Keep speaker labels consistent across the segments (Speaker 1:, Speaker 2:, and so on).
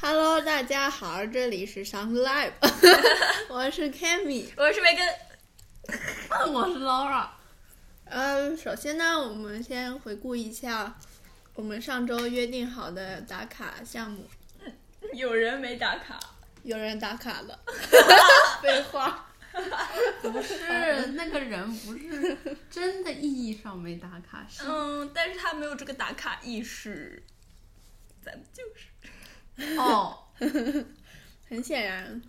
Speaker 1: Hello，大家好，这里是 Sound Live，我是 Cammy。
Speaker 2: 我是梅根，
Speaker 3: 我是 Laura，
Speaker 1: 嗯，首先呢，我们先回顾一下我们上周约定好的打卡项目。
Speaker 2: 有人没打卡，
Speaker 1: 有人打卡 了，废话。
Speaker 3: 是那个人不是真的意义上没打卡，是
Speaker 2: 嗯，但是他没有这个打卡意识，咱们就是
Speaker 3: 哦，
Speaker 1: 很显然，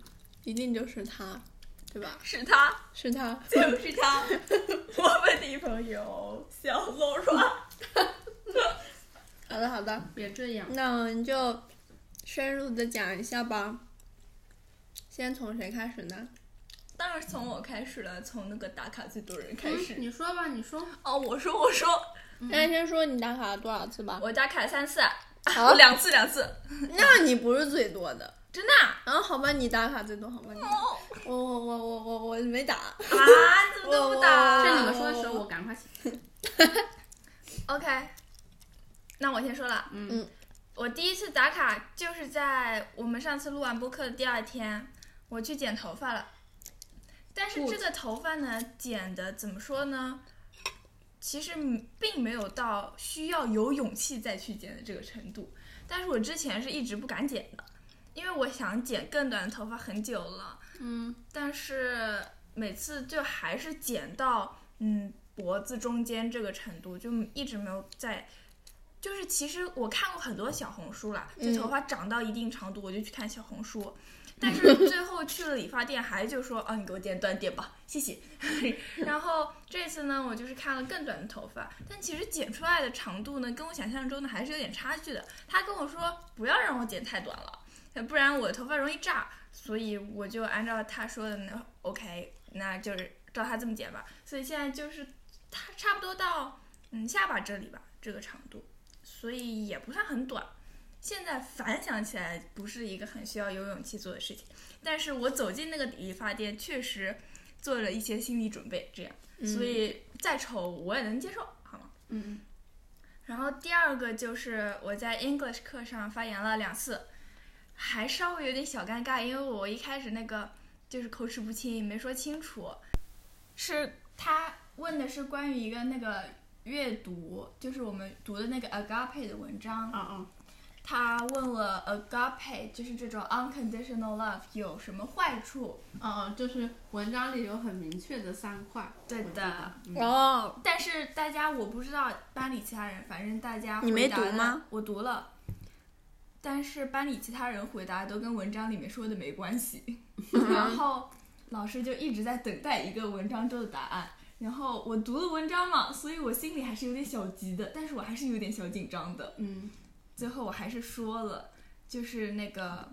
Speaker 1: 一定就是他，对吧？
Speaker 2: 是他，
Speaker 1: 是他。
Speaker 2: 就是 他，我们的朋友小 Laura，
Speaker 1: 好的，好的，
Speaker 3: 别这样，
Speaker 1: 那我们就深入的讲一下吧。先从谁开始呢？
Speaker 2: 当然是从我开始了，从那个打卡最多人开
Speaker 3: 嗯
Speaker 2: 始。
Speaker 3: 你说吧，你说，
Speaker 2: 哦，我说我说，
Speaker 1: 那先说你打卡了多少次吧。
Speaker 2: 嗯我打卡三次，
Speaker 1: 好
Speaker 2: 啊，两次两次，
Speaker 1: 那你不是最多的。
Speaker 2: 真的啊
Speaker 1: 然后好吧，你打卡最多，好吧，你打
Speaker 2: 哦
Speaker 1: 我我我我我我没打，
Speaker 2: 啊，怎么都不
Speaker 1: 我
Speaker 2: 打？
Speaker 3: 这你们说的时候，我赶快起，
Speaker 2: OK，那我先说了。
Speaker 3: 嗯
Speaker 1: 嗯
Speaker 2: 我第一次打卡就是在我们上次录完播客的第二天，我去剪头发了。但是这个头发呢，剪的怎么说呢？其实嗯并没有到需要有勇气再去剪的这个程度。但是我之前是一直不敢剪的，因为我想剪更短的头发很久了。
Speaker 3: 嗯，
Speaker 2: 但是每次就还是剪到嗯脖子中间这个程度，就一直没有在。就是其实我看过很多小红书啦，就
Speaker 1: 嗯
Speaker 2: 头发长到一定长度，我就去看小红书。但是最后去了理发店，还就说啊，你给我剪短点吧，谢谢。 然后这次呢，我就是看了更短的头发，但其实剪出来的长度呢，跟我想象中的还是有点差距的。他跟我说不要让我剪太短了，不然我头发容易炸，所以我就按照他说的那 OK，那就是照他这么剪吧。所以现在就是它差不多到嗯下巴这里吧，这个长度，所以也不算很短。现在反想起来，不是一个很需要有勇气做的事情，但是我走进那个理发店，确实做了一些心理准备，这样，所
Speaker 1: 嗯
Speaker 2: 以再丑我也能接受，好吗？
Speaker 3: 嗯，
Speaker 2: 然后第二个就是我在 English 课上发言了两次，还稍微有点小尴尬，因为我一开始那个就是口齿不清，没说清楚。是他问的是关于一个那个阅读，就是我们读的那个 agape 的文章，
Speaker 3: 啊啊，
Speaker 2: 他问我 agape 就是这种 unconditional love 有什么坏处？
Speaker 3: 啊啊，就是文章里有很明确的三块，
Speaker 2: 对
Speaker 3: 我记得
Speaker 2: 的，
Speaker 3: 嗯
Speaker 1: 哦，
Speaker 2: 但是大家我不知道班里其他人，反正大家
Speaker 1: 你没
Speaker 2: 回答的
Speaker 1: 读吗？
Speaker 2: 我读了，但是班里其他人回答都跟文章里面说的没关系。
Speaker 1: 嗯
Speaker 2: 然后老师就一直在等待一个文章中的答案。然后我读了文章嘛，所以我心里还是有点小急的，但是我还是有点小紧张的。
Speaker 3: 嗯，
Speaker 2: 最后我还是说了，就是那个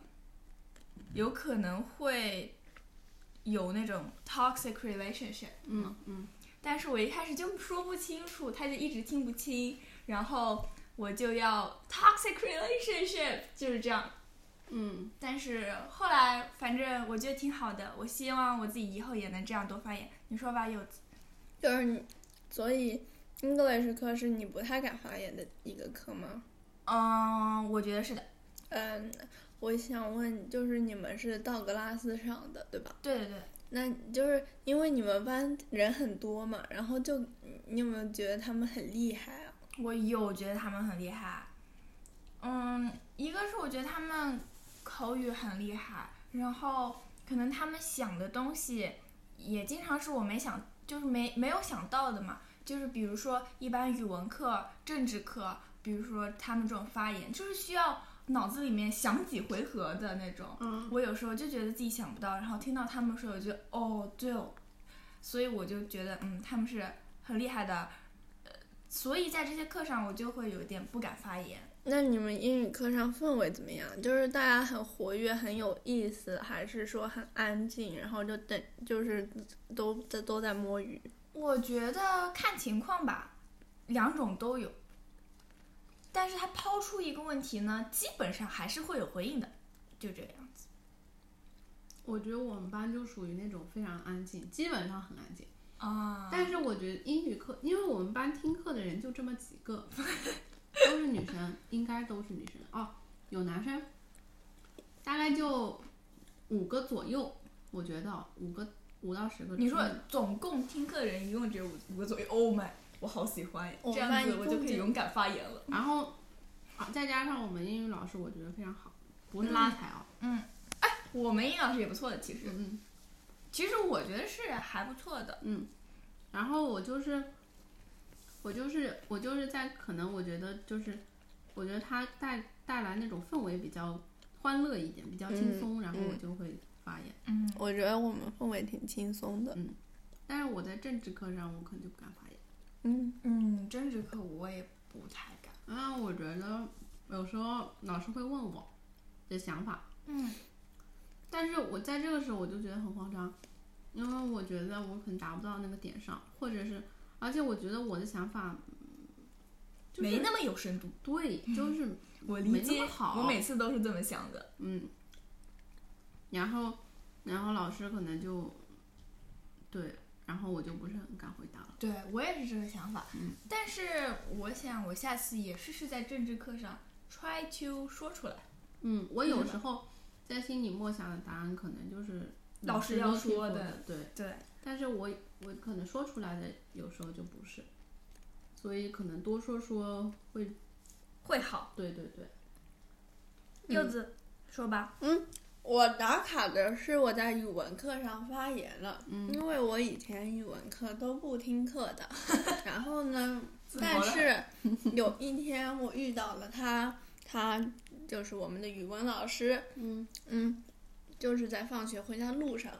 Speaker 2: 有可能会有那种 toxic relationship，
Speaker 3: 嗯嗯，
Speaker 2: 但是我一开始就说不清楚，他就一直听不清，然后我就要 toxic relationship 就是这样。
Speaker 3: 嗯，
Speaker 2: 但是后来反正我觉得挺好的，我希望我自己以后也能这样多发言。你说吧，柚子。
Speaker 1: 就是你，所以 English 课是你不太敢发言的一个课吗？
Speaker 2: 嗯，我觉得是的，
Speaker 1: 嗯，我想问，就是你们是道格拉斯上的对吧？
Speaker 2: 对对对，
Speaker 1: 那就是因为你们班人很多嘛，然后就你有没有觉得他们很厉害啊？
Speaker 2: 我有觉得他们很厉害。嗯，一个是我觉得他们口语很厉害，然后可能他们想的东西也经常是我没想，就是没没有想到的嘛。就是比如说一般语文课、政治课，比如说他们这种发言，就是需要脑子里面想几回合的那种。
Speaker 3: 嗯
Speaker 2: 我有时候就觉得自己想不到，然后听到他们说，我就哦对哦，所以我就觉得嗯他们是很厉害的，呃，所以在这些课上我就会有点不敢发言。
Speaker 1: 那你们英语课上氛围怎么样？就是大家很活跃、很有意思，还是说很安静，然后就等，就是都在都在摸鱼？
Speaker 2: 我觉得看情况吧，两种都有。但是他抛出一个问题呢，基本上还是会有回应的，就这个样子。
Speaker 3: 我觉得我们班就属于那种非常安静，基本上很安静。
Speaker 2: 啊
Speaker 3: 但是我觉得英语课，因为我们班听课的人就这么几个，都是女生，应该都是女生哦，有男生，概就五个左右，我觉得五个五到十个。
Speaker 2: 你说总共听课的人一共只有五五个左右，Oh my，我好喜欢耶，
Speaker 1: 哦
Speaker 2: 这样
Speaker 1: 那
Speaker 2: 子
Speaker 1: 一
Speaker 2: 我
Speaker 1: 共
Speaker 2: 就可以
Speaker 1: 就
Speaker 2: 勇敢发言了。
Speaker 3: 然后啊，再加上我们英语老师，我觉得非常好，不是拉踩啊。
Speaker 2: 我们英语老师也不错的，其实
Speaker 3: 嗯
Speaker 2: 其实我觉得是还不错的。
Speaker 3: 嗯，然后我就是我就是我就是在可能我觉得就是我觉得他带带来那种氛围比较欢乐一点，比较轻
Speaker 1: 嗯
Speaker 3: 松，然后我
Speaker 1: 嗯
Speaker 3: 就会发言。
Speaker 2: 嗯，
Speaker 1: 我觉得我们氛围挺轻松的。
Speaker 3: 但是我在政治课上，我可能就不敢发言。
Speaker 1: 嗯，
Speaker 2: 嗯，政治课我也不太敢。
Speaker 3: 啊，我觉得有时候老师会问我的想法，
Speaker 2: 嗯，
Speaker 3: 但是我在这个时候我就觉得很慌张，因为我觉得我可能达不到那个点上，或者是，而且我觉得我的想法，嗯就是、
Speaker 2: 没那么有深度。
Speaker 3: 对，就是
Speaker 2: 我
Speaker 3: 没
Speaker 2: 理
Speaker 3: 那么
Speaker 2: 解，
Speaker 3: 好
Speaker 2: 我每次都是这么想的。
Speaker 3: 嗯，然后，然后老师可能就，对，然后我就不是很敢回答了。
Speaker 2: 对我也是这个想法，但是我想我下次也试试在政治课上 try to 说出来。
Speaker 3: 嗯，我有
Speaker 2: 嗯
Speaker 3: 时候在心里默想的答案可能就是
Speaker 2: 老师
Speaker 3: 师
Speaker 2: 要
Speaker 3: 都提
Speaker 2: 说
Speaker 3: 过
Speaker 2: 的
Speaker 3: 的，对。
Speaker 2: 对，
Speaker 3: 但是我我可能说出来的有时候就不是，所以可能多说说会，
Speaker 2: 会好。
Speaker 3: 对对对，
Speaker 2: 柚子，说吧。
Speaker 1: 我打卡的是我在语文课上发言了，
Speaker 3: 嗯
Speaker 1: 因为我以前语文课都不听课的。 然后呢，
Speaker 2: 怎么
Speaker 1: 但
Speaker 2: 了
Speaker 1: 是有一天我遇到了他，他就是我们的语文老师，
Speaker 3: 嗯，
Speaker 1: 嗯，就是在放学回家路上，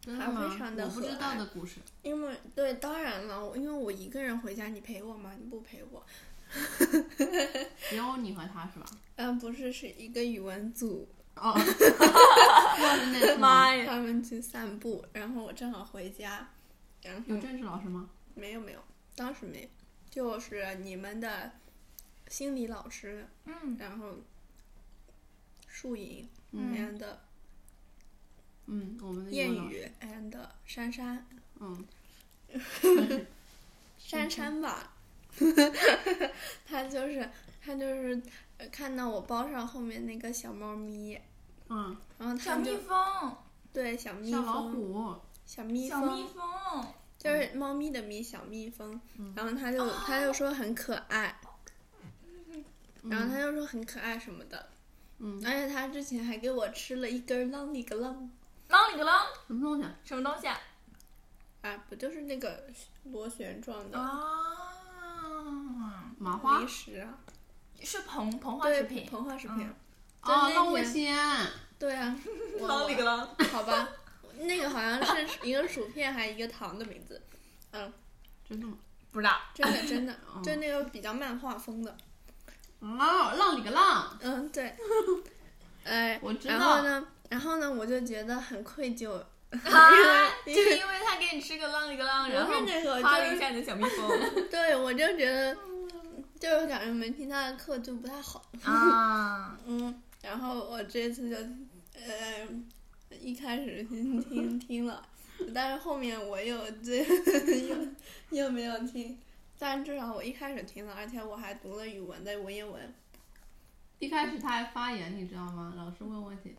Speaker 3: 真
Speaker 1: 还
Speaker 3: 的吗？
Speaker 1: 非常地
Speaker 3: 我不
Speaker 1: 和
Speaker 3: 知道
Speaker 1: 蔼
Speaker 3: 的故事，
Speaker 1: 因为对，当然了，我因为我一个人回家，你陪我吗？你不陪我。
Speaker 3: 只有你和他是吧？
Speaker 1: 嗯，不是，是一个语文组，
Speaker 3: 哦，那那次吗？
Speaker 2: 呀！
Speaker 1: 他们去散步，然后我正好回家，然后
Speaker 3: 有政治老师吗？
Speaker 1: 没有没有，当时没有，就是你们的心理老师，
Speaker 2: 嗯
Speaker 1: 然后树影
Speaker 3: 嗯
Speaker 1: and
Speaker 3: 嗯，我们的英文
Speaker 1: 谚
Speaker 3: 老师，
Speaker 1: 语 and 珊珊，
Speaker 3: 嗯，
Speaker 1: 珊珊 吧，她就是她就是呃看到我包上后面那个小猫咪，
Speaker 3: 嗯，
Speaker 1: 然后
Speaker 2: 小
Speaker 1: 她
Speaker 2: 蜜
Speaker 1: 就
Speaker 2: 蜂，
Speaker 1: 对小蜜
Speaker 3: 小老
Speaker 1: 蜂
Speaker 3: 虎，
Speaker 1: 小蜜
Speaker 2: 小蜜
Speaker 1: 蜂，
Speaker 2: 蜂，
Speaker 1: 就是猫咪的咪，小蜜蜂。
Speaker 3: 嗯
Speaker 1: 然后他就、
Speaker 3: 啊
Speaker 1: 他就说很可爱，然后他就说很可爱什么的。
Speaker 3: 嗯，
Speaker 1: 而且他之前还给我吃了一根啷里个啷
Speaker 2: 啷里个啷，
Speaker 3: 什么东西啊？
Speaker 2: 什么东西啊？
Speaker 1: 啊，不就是那个螺旋状的
Speaker 2: 啊，
Speaker 3: 麻啊花
Speaker 1: 零食啊？
Speaker 2: 是膨膨化
Speaker 1: 对，
Speaker 2: 食品。
Speaker 1: 膨化食品。
Speaker 3: 哦，
Speaker 1: 在那
Speaker 3: 那危
Speaker 1: 边
Speaker 3: 险！
Speaker 1: 对 啊，
Speaker 2: 啷里个啷，
Speaker 1: 我好吧，那个好像是一个薯片还一个糖的名字，
Speaker 3: 真的吗？
Speaker 2: 不知道。
Speaker 1: 真的 真的，就那个比较漫画风的。
Speaker 3: 哦，浪里个浪！
Speaker 1: 嗯， 对。哎，
Speaker 3: 我知
Speaker 1: 然后
Speaker 3: 道，
Speaker 1: 呢，然后呢，我就觉得很愧疚，
Speaker 2: 啊，就
Speaker 1: 因为
Speaker 2: 是因为他给你吃个啷里个啷，然后
Speaker 1: 不是那个
Speaker 2: 夸了
Speaker 1: 就是
Speaker 2: 一下你的小蜜蜂
Speaker 1: 对，我就觉得，就是感觉没听他的课就不太好。
Speaker 2: 啊，
Speaker 1: 嗯，然后我这次就，呃，一开始听听听了，但是后面我又这 又又没有听，但至少我一开始听了，而且我还读了语文的文言文。
Speaker 3: 一开始他还发言，你知道吗？老师问问题，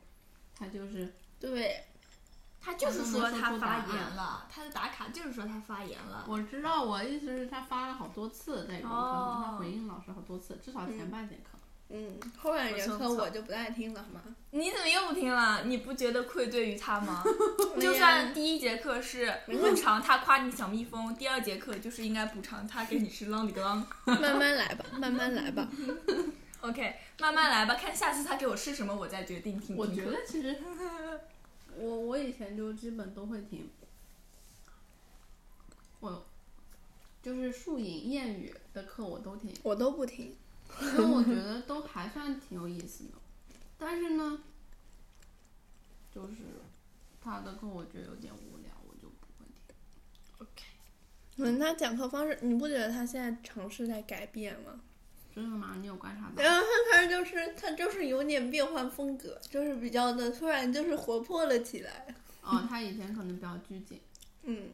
Speaker 3: 他就是
Speaker 1: 对，
Speaker 2: 他就是说他
Speaker 3: 他
Speaker 2: 发
Speaker 3: 能说出答案
Speaker 2: 言了，他的打卡就是说他发言了。
Speaker 3: 我知道，我意思是他发了好多次在语文课
Speaker 2: 哦
Speaker 3: 上，他回应老师好多次，至少前半节课。
Speaker 1: 嗯，后半节
Speaker 2: 不错
Speaker 1: 课
Speaker 2: 不错
Speaker 1: 我就不爱听了，好吗？
Speaker 2: 你怎么又不听了？你不觉得愧对于他 吗？就
Speaker 1: 哎呀
Speaker 2: 算第一节课是补偿他夸你小蜜蜂，第二节课就是应该补偿他给你吃啷里个啷。
Speaker 1: 慢慢来吧，慢慢来吧。
Speaker 2: OK，慢慢来吧，看下次他给我吃什么，我再决定听不
Speaker 3: 我
Speaker 2: 听
Speaker 3: 觉
Speaker 2: 课。
Speaker 3: 得其实我我以前就基本都会听，我就是树影谚语的课我都听，
Speaker 1: 我都不听，
Speaker 3: 因为我觉得都还算挺有意思的。但是呢，就是他的课我觉得有点无聊，我就不会听。
Speaker 1: 嗯，他讲课方式，你不觉得他现在尝试在改变吗？
Speaker 3: 真的吗？你有观察到？
Speaker 1: 然后他开始就是他就是有点变换风格，就是比较的突然就是活泼了起来。
Speaker 3: 哦，他以前可能比较拘谨。
Speaker 1: 嗯，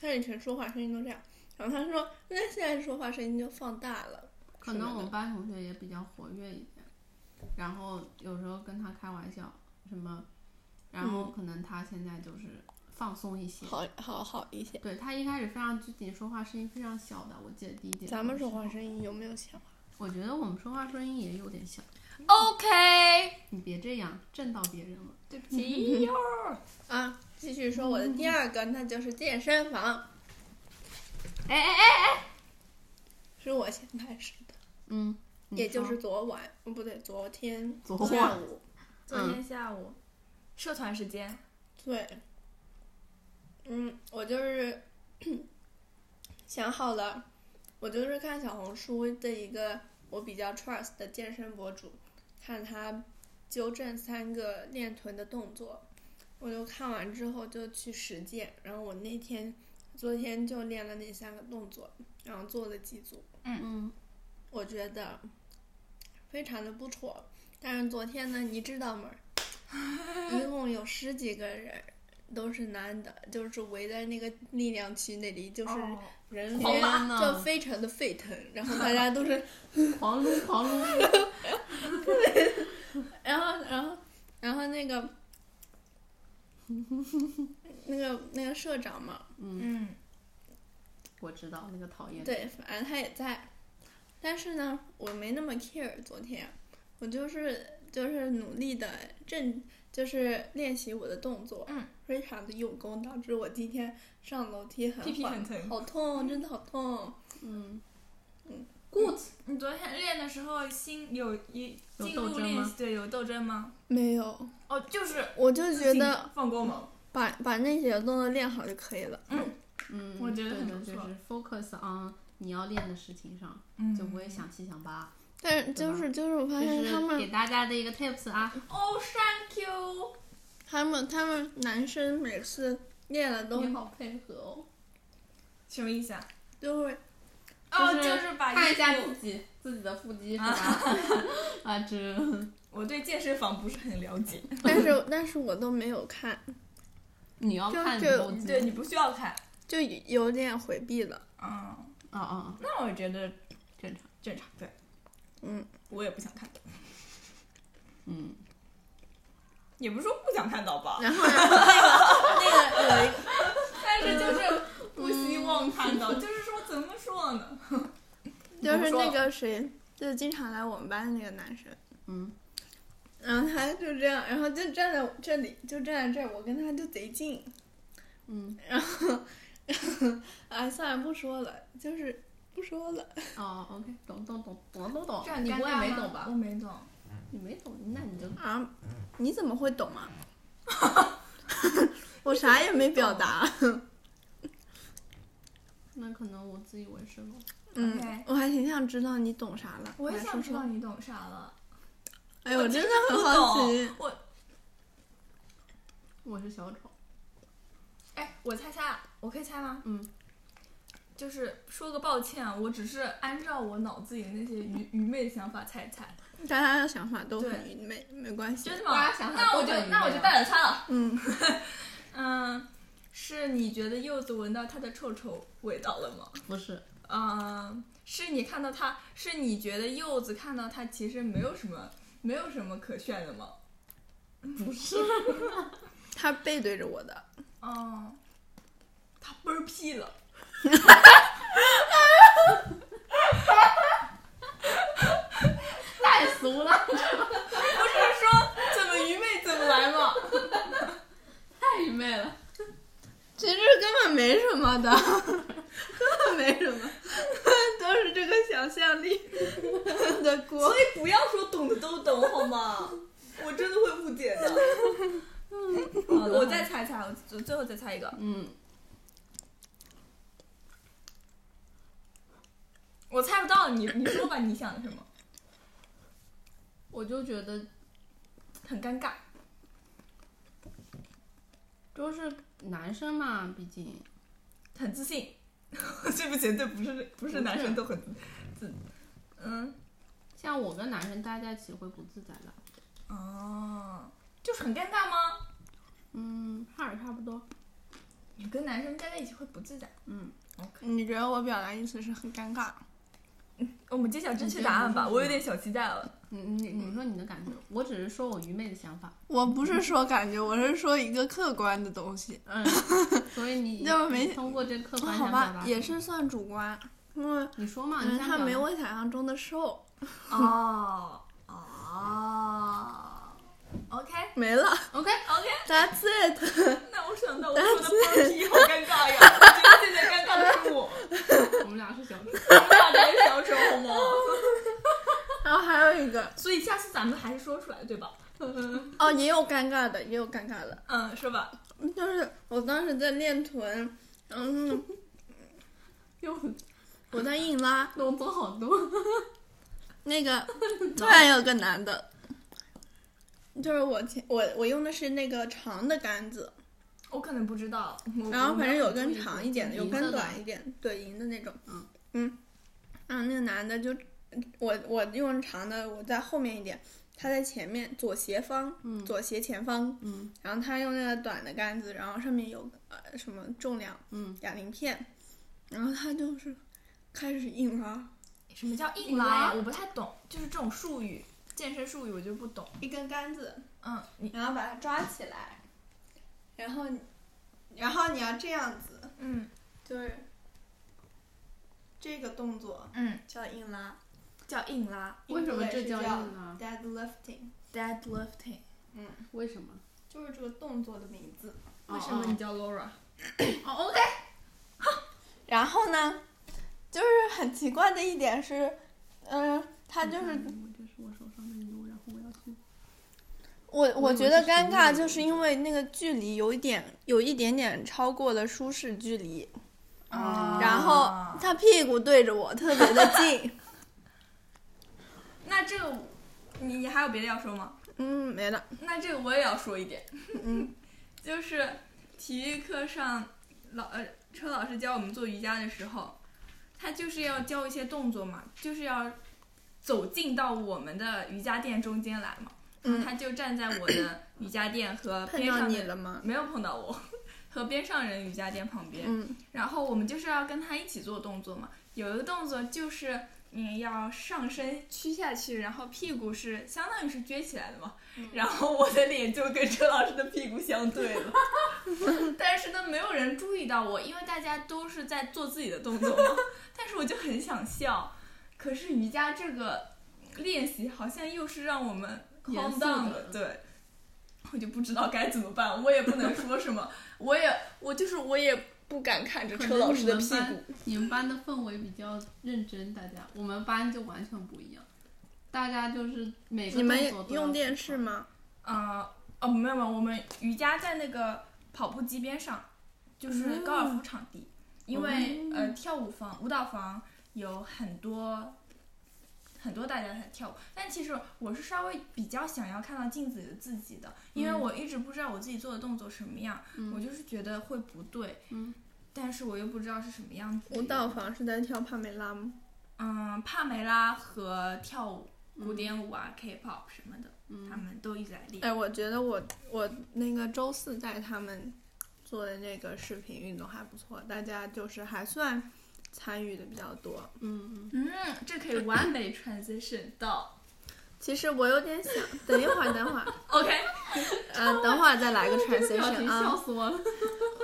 Speaker 1: 他以前说话声音都这样，然后他说那现在说话声音就放大了。
Speaker 3: 可能我们班同学也比较活跃一点，然后有时候跟他开玩笑，什么，然后可能他现在就是放松一些。
Speaker 1: 嗯好好好一些。
Speaker 3: 对他一开始非常拘谨，说话声音非常小的，我记得第一节。
Speaker 1: 咱们说话，声音有没有小？
Speaker 3: 我觉得我们说话声音也有点小，
Speaker 2: OK，
Speaker 3: 你别这样震到别人了。
Speaker 2: 对不 起哟。
Speaker 1: 啊，继续说我的第二个，那就是健身房，
Speaker 3: 哎哎哎，
Speaker 1: 是我先开始的，
Speaker 3: 嗯，你
Speaker 1: 也就
Speaker 3: 说
Speaker 1: 是啊昨晚，嗯不对，昨天
Speaker 3: 昨
Speaker 1: 下
Speaker 3: 晚
Speaker 1: 午，
Speaker 2: 昨天下午，社团时间，
Speaker 1: 对，嗯，我就是 想好了，我就是看小红书的一个我比较 trust 的健身博主，看他纠正三个练臀的动作，我就看完之后就去实践，然后我那天昨天就练了那三个动作，然后做了几组，
Speaker 3: 嗯，
Speaker 1: 我觉得非常的不错。但是昨天呢，你知道吗？一共有十几个人都是男的，就是围在那个力量区那里，就是
Speaker 2: 哦
Speaker 1: 人
Speaker 3: 狂
Speaker 1: 流
Speaker 3: 拉呢
Speaker 1: 就非常的沸腾，然后大家都是，
Speaker 3: 狂撸狂撸，嗯
Speaker 1: 然后然后然后那个 那个那个社长嘛，
Speaker 2: 嗯，
Speaker 3: 我知道那个讨厌。
Speaker 1: 对，反正他也在。但是呢，我没那么 care。昨天我就是就是努力的正就是练习我的动作，
Speaker 2: 嗯，
Speaker 1: 非常的用功，导致我今天上楼梯很
Speaker 2: 屁屁
Speaker 1: 缓
Speaker 2: 很疼
Speaker 1: 好痛，真的好痛。
Speaker 3: 嗯，
Speaker 2: 你昨天练的时候心有一
Speaker 3: 有
Speaker 2: 进
Speaker 3: 斗
Speaker 2: 入
Speaker 3: 争
Speaker 2: 练
Speaker 3: 吗
Speaker 2: 习对有斗争吗？
Speaker 1: 嗯没有，
Speaker 2: 哦，就是
Speaker 1: 我就觉得
Speaker 2: 放过猛，
Speaker 1: 把把那些动作练好就可以了。
Speaker 3: 嗯，
Speaker 2: 我觉得
Speaker 3: 对
Speaker 2: 很
Speaker 3: 的
Speaker 2: 不
Speaker 3: 就
Speaker 2: 错
Speaker 3: 是 focus on 你要练的事情上，
Speaker 2: 嗯
Speaker 3: 就不会想七想八。
Speaker 1: 但是就是就是我发
Speaker 3: 这
Speaker 1: 现他
Speaker 3: 是
Speaker 1: 们
Speaker 3: 给大家的一个 tips 啊。
Speaker 2: 哦，thank you。
Speaker 1: 他们他们男生每次练了都
Speaker 3: 你好配合哦，
Speaker 2: 什么意思啊？
Speaker 1: 就会
Speaker 2: 哦，
Speaker 3: 就是
Speaker 2: 就是把
Speaker 3: 看
Speaker 2: 衣
Speaker 3: 一下
Speaker 2: 服
Speaker 3: 自己自己的腹肌是吧？啊， 这
Speaker 2: 我对健身房不是很了解，
Speaker 1: 但是但是我都没有看，
Speaker 3: 你要
Speaker 1: 就
Speaker 3: 看你
Speaker 1: 就
Speaker 3: 腹肌，
Speaker 2: 对你不需要看。
Speaker 1: 就有点回避了。
Speaker 2: 嗯，
Speaker 3: 啊啊，啊
Speaker 2: 那我觉得
Speaker 3: 正常，
Speaker 2: 正常，对
Speaker 1: 嗯，
Speaker 2: 我也不想看到，
Speaker 3: 嗯，
Speaker 2: 也不是说不想看到吧，
Speaker 1: 然后然后那个那 个有一嗯
Speaker 2: 但是就是不希望 看到，就是说怎么说呢？
Speaker 1: 就是那个谁，就是经常来我们班的那个男生，
Speaker 3: 嗯，
Speaker 1: 然后他就这样，然后就站在这里，就站在这儿，我跟他就贼近，
Speaker 3: 嗯，
Speaker 1: 然后，啊，算了，不说了，就是不说了，
Speaker 3: 哦，OK，懂懂懂懂懂懂，
Speaker 2: 你
Speaker 3: 你不
Speaker 2: 不
Speaker 3: 会
Speaker 2: 会
Speaker 3: 没懂吧
Speaker 2: 我？没懂，
Speaker 3: 你没懂，那你 就
Speaker 1: 啊，你怎么会懂啊？ 我啥也没表达，
Speaker 3: 那可能我自以为是了。
Speaker 1: 嗯
Speaker 2: OK，
Speaker 1: 我还挺想知道你懂啥了。
Speaker 2: 我也
Speaker 1: 来
Speaker 2: 想
Speaker 1: 说
Speaker 2: 知道
Speaker 1: 说。
Speaker 2: 你懂啥了。
Speaker 1: 哎，我真的很
Speaker 2: 不
Speaker 1: 好奇
Speaker 2: 懂，，我
Speaker 3: 我是小丑，
Speaker 2: 哎，我猜猜啊，我可以猜吗？
Speaker 3: 嗯，
Speaker 2: 就是说个抱歉啊，我只是按照我脑子里那些愚愚昧的想法猜一猜，
Speaker 1: 大家的想法都很
Speaker 2: 对
Speaker 1: 愚昧，没关系
Speaker 2: 真。的
Speaker 3: 大
Speaker 2: 吗
Speaker 3: 家？想法
Speaker 2: 那
Speaker 3: 都
Speaker 2: 我就
Speaker 3: 很愚
Speaker 2: 那我
Speaker 3: 昧
Speaker 2: 就
Speaker 3: 啊
Speaker 2: 带着猜了。
Speaker 1: 嗯，
Speaker 2: 嗯，是你觉得柚子闻到它的臭臭味道了吗？
Speaker 3: 不是，
Speaker 2: 嗯，是你看到它，是你觉得柚子看到它其实没有什么，没有什么可炫的吗？
Speaker 3: 不是，
Speaker 1: 他背对着我的，
Speaker 2: 哦，它倍儿屁了。
Speaker 3: 太俗 了，
Speaker 2: 不是说怎么愚昧怎么来吗？
Speaker 3: 太愚昧了。
Speaker 1: 其实根本没什么的， 根本没什么，都是这个想象力的锅
Speaker 2: 所。以不要说懂的都懂好吗？ 我真的会误解的。我再猜猜，我最最后再猜一个，
Speaker 3: 嗯，
Speaker 2: 我猜不到，你你说吧，你想的什么？
Speaker 3: 我就觉得
Speaker 2: 很尴尬。
Speaker 3: 就是男生嘛，毕竟
Speaker 2: 很自信。 对不起，对，不是不是男生都很自，嗯，
Speaker 3: 像我跟男生待在一起会不自在的。
Speaker 2: 哦，就是很尴尬吗？
Speaker 3: 嗯，差点差不多。
Speaker 2: 你跟男生待在一起会不自在。
Speaker 3: 嗯，
Speaker 1: 你觉得我表达意思是很尴尬？
Speaker 2: 嗯我们揭晓正确答案吧，我有点小期待了。
Speaker 3: 你你你说你的感觉，我只是说我愚昧的想法，
Speaker 1: 我不是说感觉，我是说一个客观的东西。
Speaker 3: 嗯，所以你
Speaker 1: 那我没
Speaker 3: 你通过这客观
Speaker 1: 好
Speaker 3: 想表
Speaker 1: 吧
Speaker 3: 达，，
Speaker 1: 也是算主观，因为
Speaker 3: 你说嘛，
Speaker 1: 可
Speaker 3: 你
Speaker 1: 能
Speaker 3: 想
Speaker 1: 他
Speaker 3: 表
Speaker 1: 没
Speaker 3: 达
Speaker 1: 我哦想象中的瘦。
Speaker 2: 哦哦，OK
Speaker 1: 没了
Speaker 3: OK
Speaker 2: OK，
Speaker 1: ，That's it。
Speaker 2: 那我想到我说的放屁，好尴尬呀！我觉得现在尴尬的是我，
Speaker 3: 我们俩是小丑，
Speaker 2: 我们俩才是小丑好吗？
Speaker 1: 然后还有一个，
Speaker 2: 所以下次咱们还是说出来，对吧？
Speaker 1: 哦，也有尴尬的，也有尴尬的，
Speaker 2: 嗯，是吧？
Speaker 1: 就是我当时在练臀， 嗯，
Speaker 3: 又
Speaker 1: 我在硬拉，
Speaker 3: 动作好 多，
Speaker 1: 那个 突然有个男的，就是我前我我用的是那个长的杆子，
Speaker 2: 我可能不知道，
Speaker 1: 然后反正有根长一点的，有
Speaker 3: 银色
Speaker 1: 根
Speaker 3: 的
Speaker 1: 短一点，对，银的那种。
Speaker 3: 嗯
Speaker 1: 嗯，然后那个男的就我我用长的，我在后面一点，他在前面左斜方，
Speaker 3: 嗯
Speaker 1: 左斜前方，
Speaker 3: 嗯
Speaker 1: 然后他用那个短的杆子，然后上面有呃什么重量
Speaker 3: 嗯，
Speaker 1: 哑铃片，然后他就是开始硬拉，
Speaker 2: 什么叫硬拉呀？我不太懂，就是这种术语，健身术语我就不懂。
Speaker 1: 一根杆子，
Speaker 2: 嗯，你
Speaker 1: 然后把它抓起来，然后你然后你要这样子，
Speaker 2: 嗯
Speaker 1: 就是这个动作
Speaker 2: 嗯，
Speaker 1: 叫硬拉。
Speaker 2: 叫硬拉
Speaker 3: 为什么这
Speaker 1: 叫
Speaker 3: 叫硬拉？
Speaker 1: deadlifting？
Speaker 2: （deadlifting）。
Speaker 3: 为什么？
Speaker 1: 就是这个动作的名字。
Speaker 2: 为什么
Speaker 1: 哦
Speaker 2: 你叫 Laura？
Speaker 3: 哦 OK，
Speaker 1: 然后呢，就是很奇怪的一点是，嗯、他就是
Speaker 3: 我这是我手上的牛，然后我要去，
Speaker 1: 我，
Speaker 3: 我
Speaker 1: 我
Speaker 3: 以
Speaker 1: 觉
Speaker 3: 为
Speaker 1: 得
Speaker 3: 是
Speaker 1: 尴
Speaker 3: 熟
Speaker 1: 尬，
Speaker 3: 的
Speaker 1: 就是因为那个距离有一点，有一点点超过了舒适距离，
Speaker 3: 啊
Speaker 1: 然后他屁股对着我，特别的近。
Speaker 2: 那这个你你还有别的要说吗？
Speaker 1: 嗯，没了。
Speaker 2: 那这个我也要说一点，
Speaker 1: 嗯，
Speaker 2: 就是体育课上老呃车老师教我们做瑜伽的时候，他就是要教一些动作嘛，就是要走进到我们的瑜伽垫中间来嘛。
Speaker 1: 嗯
Speaker 2: 他就站在我的瑜伽垫和
Speaker 3: 啊
Speaker 1: 碰
Speaker 2: 边
Speaker 1: 到
Speaker 2: 上
Speaker 1: 你
Speaker 2: 的
Speaker 1: 了吗？
Speaker 2: 没有碰到我， 和边上人瑜伽垫旁边。
Speaker 1: 嗯
Speaker 2: 然后我们就是要跟他一起做动作嘛。有一个动作就是你要上身屈下去，然后屁股是相当于是撅起来的嘛。
Speaker 3: 嗯
Speaker 2: 然后我的脸就跟陈老师的屁股相对 了，但是呢，没有人注意到我，因为大家都是在做自己的动作嘛。但是我就很想笑，可是瑜伽这个练习好像又是让我们
Speaker 3: 严
Speaker 2: calm
Speaker 3: 肃
Speaker 2: down
Speaker 3: 的
Speaker 2: 的，对。 我就不知道该怎么办，我也不能说什么，我也我就是我也不敢看着车老师的屁
Speaker 3: 可能
Speaker 2: 股
Speaker 3: 你们，你们班的氛围比较认真，大家，我们班就完全不一样，大家就是每个
Speaker 1: 你们
Speaker 3: 动作都要
Speaker 1: 用电
Speaker 3: 做
Speaker 1: 视吗？
Speaker 2: 呃，哦，没有没有，我们瑜伽在那个跑步机边上，
Speaker 1: 哦
Speaker 2: 就是高尔夫场地，因为、呃跳舞房、舞蹈房有很多很多大家在跳舞，但其实我是稍微比较想要看到镜子里的自己的，因为
Speaker 3: 嗯
Speaker 2: 我一直不知道我自己做的动作什么样，
Speaker 1: 嗯
Speaker 2: 我就是觉得会不对，
Speaker 3: 嗯
Speaker 2: 但是我又不知道是什么样子的。
Speaker 1: 舞蹈房是在跳帕梅拉吗？
Speaker 2: 嗯，帕梅拉和跳舞、古典舞啊、K-pop 什么的，他们都一直在练。
Speaker 1: 嗯哎，我觉得我我那个周四带他们做的那个视频运动还不错，大家就是还算参与的比较多。
Speaker 3: 嗯嗯，
Speaker 2: 嗯，这可以完美 transition 到
Speaker 1: 其实我有点想，等一会儿，等会儿，
Speaker 2: OK，
Speaker 1: 呃，等会儿再来个
Speaker 3: 这个表情
Speaker 1: transition
Speaker 3: 笑
Speaker 1: 啊。
Speaker 3: 死我了。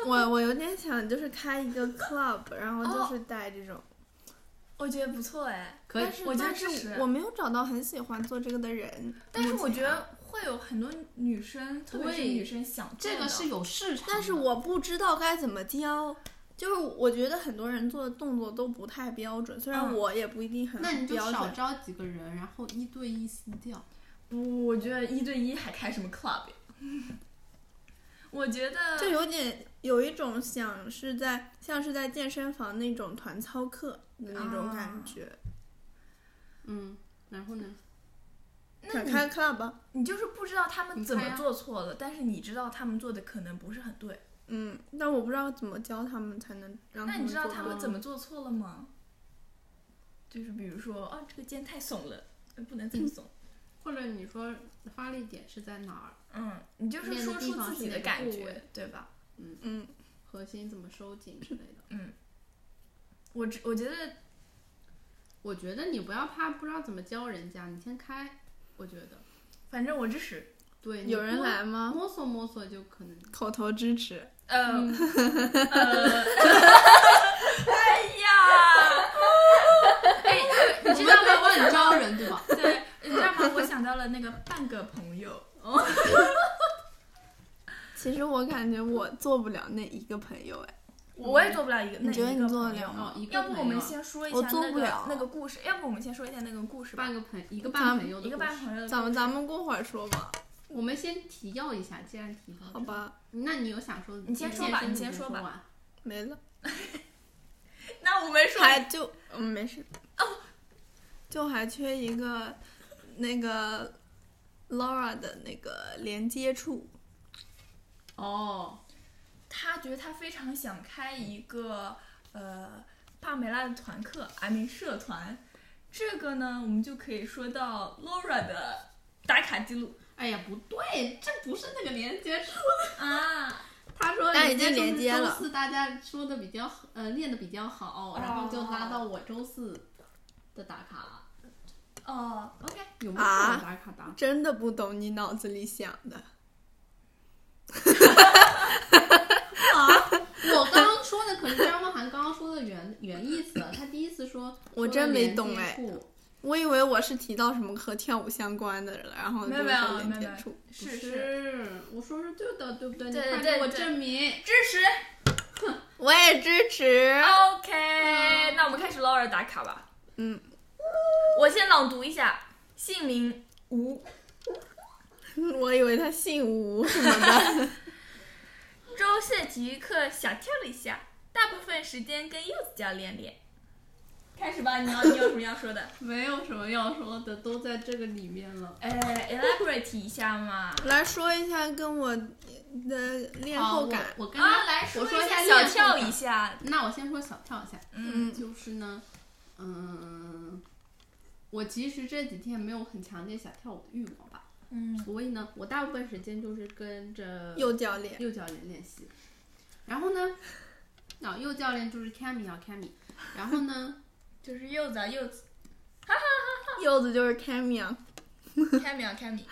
Speaker 1: 我我有点想就是开一个 club，然后
Speaker 3: 哦
Speaker 1: 就是带这种，
Speaker 2: 我觉得不错哎，
Speaker 3: 可以
Speaker 2: 但是
Speaker 1: 我
Speaker 2: 但
Speaker 1: 但
Speaker 2: 是
Speaker 1: 是我没有找到很喜欢做这个的人。
Speaker 3: 哦
Speaker 2: 但是我觉
Speaker 1: 目前，
Speaker 2: 得会有很多女生，特别是
Speaker 3: 对
Speaker 2: 女生想做
Speaker 3: 这个
Speaker 2: 的
Speaker 3: 是有市场的，
Speaker 1: 但是我不知道该怎么教。就是我觉得很多人做的动作都不太标准，虽然
Speaker 2: 嗯
Speaker 1: 我也不一定很
Speaker 3: 那你就
Speaker 1: 标
Speaker 3: 少
Speaker 1: 准。
Speaker 3: 招几个人，然后一对一私教。
Speaker 2: 不，我觉得一对一还开什么 club 呀？ 我觉得
Speaker 1: 就有点有一种想是在像是在健身房那种团操课的那种
Speaker 2: 哦
Speaker 1: 感觉，
Speaker 3: 嗯，然后呢？
Speaker 2: 那
Speaker 1: 想
Speaker 2: 你
Speaker 1: 开 club 啊吧，
Speaker 2: 你就是不知道他们
Speaker 3: 你
Speaker 2: 怎
Speaker 3: 看
Speaker 2: 么
Speaker 3: 呀
Speaker 2: 做错的，但是你知道他们做的可能不是很对。
Speaker 1: 嗯，但我不知道怎么教他们才能让
Speaker 2: 那
Speaker 1: 他
Speaker 2: 你
Speaker 1: 们
Speaker 2: 知道
Speaker 1: 做
Speaker 2: 他
Speaker 1: 到
Speaker 2: 们怎么做错了吗？就是比如说，哦，这个肩太耸了，呃不能这
Speaker 1: 嗯
Speaker 2: 么耸。
Speaker 3: 或者你说发力点是在哪儿？
Speaker 2: 嗯，你就是
Speaker 3: 练的
Speaker 2: 说
Speaker 3: 地
Speaker 2: 出
Speaker 3: 方
Speaker 2: 自
Speaker 3: 是
Speaker 2: 己
Speaker 3: 哪
Speaker 2: 的
Speaker 3: 个
Speaker 2: 感
Speaker 3: 部
Speaker 2: 觉
Speaker 3: 位，
Speaker 2: 对吧？
Speaker 1: 嗯，
Speaker 3: 核心怎么收紧之类的？
Speaker 2: 我只我觉得
Speaker 3: 我觉得你不要怕不知道怎么教人家，你先开，我觉得
Speaker 2: 反正我支持。
Speaker 3: 对，
Speaker 1: 有人来吗？
Speaker 3: 摸索摸索就可能。
Speaker 1: 口头支持，
Speaker 2: 呃， 呃哎呀，哎，你知道吗？
Speaker 3: 我很招人，对吧？
Speaker 2: 对，你知道吗？我想到了那个半个朋友，
Speaker 1: 其实我感觉我做不了那一个朋友哎，
Speaker 2: 我也做不了一个。
Speaker 1: 你觉得
Speaker 2: 那一
Speaker 1: 你
Speaker 2: 个
Speaker 1: 做得
Speaker 2: 朋友
Speaker 1: 了
Speaker 3: 哦，一
Speaker 2: 嗯
Speaker 3: 个
Speaker 2: 要不
Speaker 3: 朋
Speaker 2: 我们
Speaker 3: 友
Speaker 2: 先说一
Speaker 1: 我
Speaker 2: 下
Speaker 1: 做
Speaker 2: 那
Speaker 1: 不
Speaker 2: 个
Speaker 1: 了
Speaker 2: 那个故事，要不我们先说一下那个故事吧
Speaker 3: 半，个朋一个
Speaker 1: 咱
Speaker 3: 半朋友的
Speaker 2: 一个
Speaker 3: 故
Speaker 2: 半
Speaker 3: 事
Speaker 2: 朋友的
Speaker 1: 咱
Speaker 2: 故
Speaker 1: 们
Speaker 2: 事
Speaker 1: 咱们过会儿说吧，
Speaker 3: 我们先提要一下，既然提到，
Speaker 1: 好，吧，
Speaker 3: 那你有想说的？
Speaker 2: 你先说吧
Speaker 3: 你
Speaker 2: 你先
Speaker 3: 说
Speaker 2: 说吧
Speaker 3: 完。
Speaker 1: 没了，
Speaker 2: 那我哦们说
Speaker 1: 还就嗯没事，就还缺一个那个 Laura 的那个连接处，
Speaker 3: 哦，
Speaker 2: 他觉得他非常想开一个呃帕梅拉的团课，I mean 社团。这个呢，我们就可以说到 Laura 的打卡记录
Speaker 3: 哎呀，不对，这不是那个连接处。
Speaker 2: 啊，
Speaker 3: 他说，
Speaker 1: 但已经连接了
Speaker 3: 周四大家说的比较好，呃，练的比较好，然后就拉到我周四的打卡。
Speaker 2: 哦，OK，
Speaker 3: 有没有这种打卡的？
Speaker 1: 真的不懂你脑子里想的，
Speaker 3: 我刚刚说的可是张梦涵刚刚说的原原意思。他第一次说，
Speaker 1: 我
Speaker 3: 说
Speaker 1: 真
Speaker 3: 的
Speaker 1: 没
Speaker 3: 连
Speaker 1: 懂
Speaker 3: 接
Speaker 1: 哎
Speaker 3: 处
Speaker 1: 我以为我是提到什么和跳舞相关的，然后就
Speaker 2: 没
Speaker 1: 是
Speaker 2: 有没有
Speaker 1: 说连
Speaker 2: 没有没有
Speaker 1: 接处。，
Speaker 3: 不
Speaker 2: 是是
Speaker 3: 是，嗯我说是对的，对不对？
Speaker 2: 对
Speaker 3: 你快
Speaker 2: 对
Speaker 3: 给我
Speaker 2: 对
Speaker 3: 证明。
Speaker 2: 支持
Speaker 1: 我也支持。
Speaker 2: 哦，OK，那我们开始 Laura 打卡吧。
Speaker 1: 嗯，
Speaker 2: 我先朗读一下，姓名吴，
Speaker 1: 我以为他姓吴什么的。
Speaker 2: 周四的体育课小跳了一下，大部分时间跟柚子教练练。开始吧，你要你有什么要说的？
Speaker 3: 没有什么要说的，都在这个里面了。
Speaker 2: 呃，elaborate
Speaker 4: 哎
Speaker 2: 一下嘛。
Speaker 1: 来说一下跟我的练
Speaker 3: 好
Speaker 1: 后感。
Speaker 3: 我我跟他、
Speaker 2: 啊，来
Speaker 3: 我说一
Speaker 2: 一
Speaker 3: 下
Speaker 2: 下
Speaker 3: 练
Speaker 2: 小
Speaker 3: 后
Speaker 2: 跳
Speaker 3: 感
Speaker 2: 一下，
Speaker 3: 那我先说小跳一下，
Speaker 2: 嗯，
Speaker 3: 就是呢，嗯，我其实这几天没有很强烈想跳舞的欲望吧，
Speaker 2: 嗯，
Speaker 3: 所以呢，我大部分时间就是跟着
Speaker 1: 右教练，
Speaker 3: 右教练练习。然 后呢，啊，右教练就是 Cammy 啊 Cammy，然后 呢，
Speaker 2: 就是柚子啊，柚子
Speaker 1: 柚子就是 Cammy 啊。
Speaker 2: 开秒开米，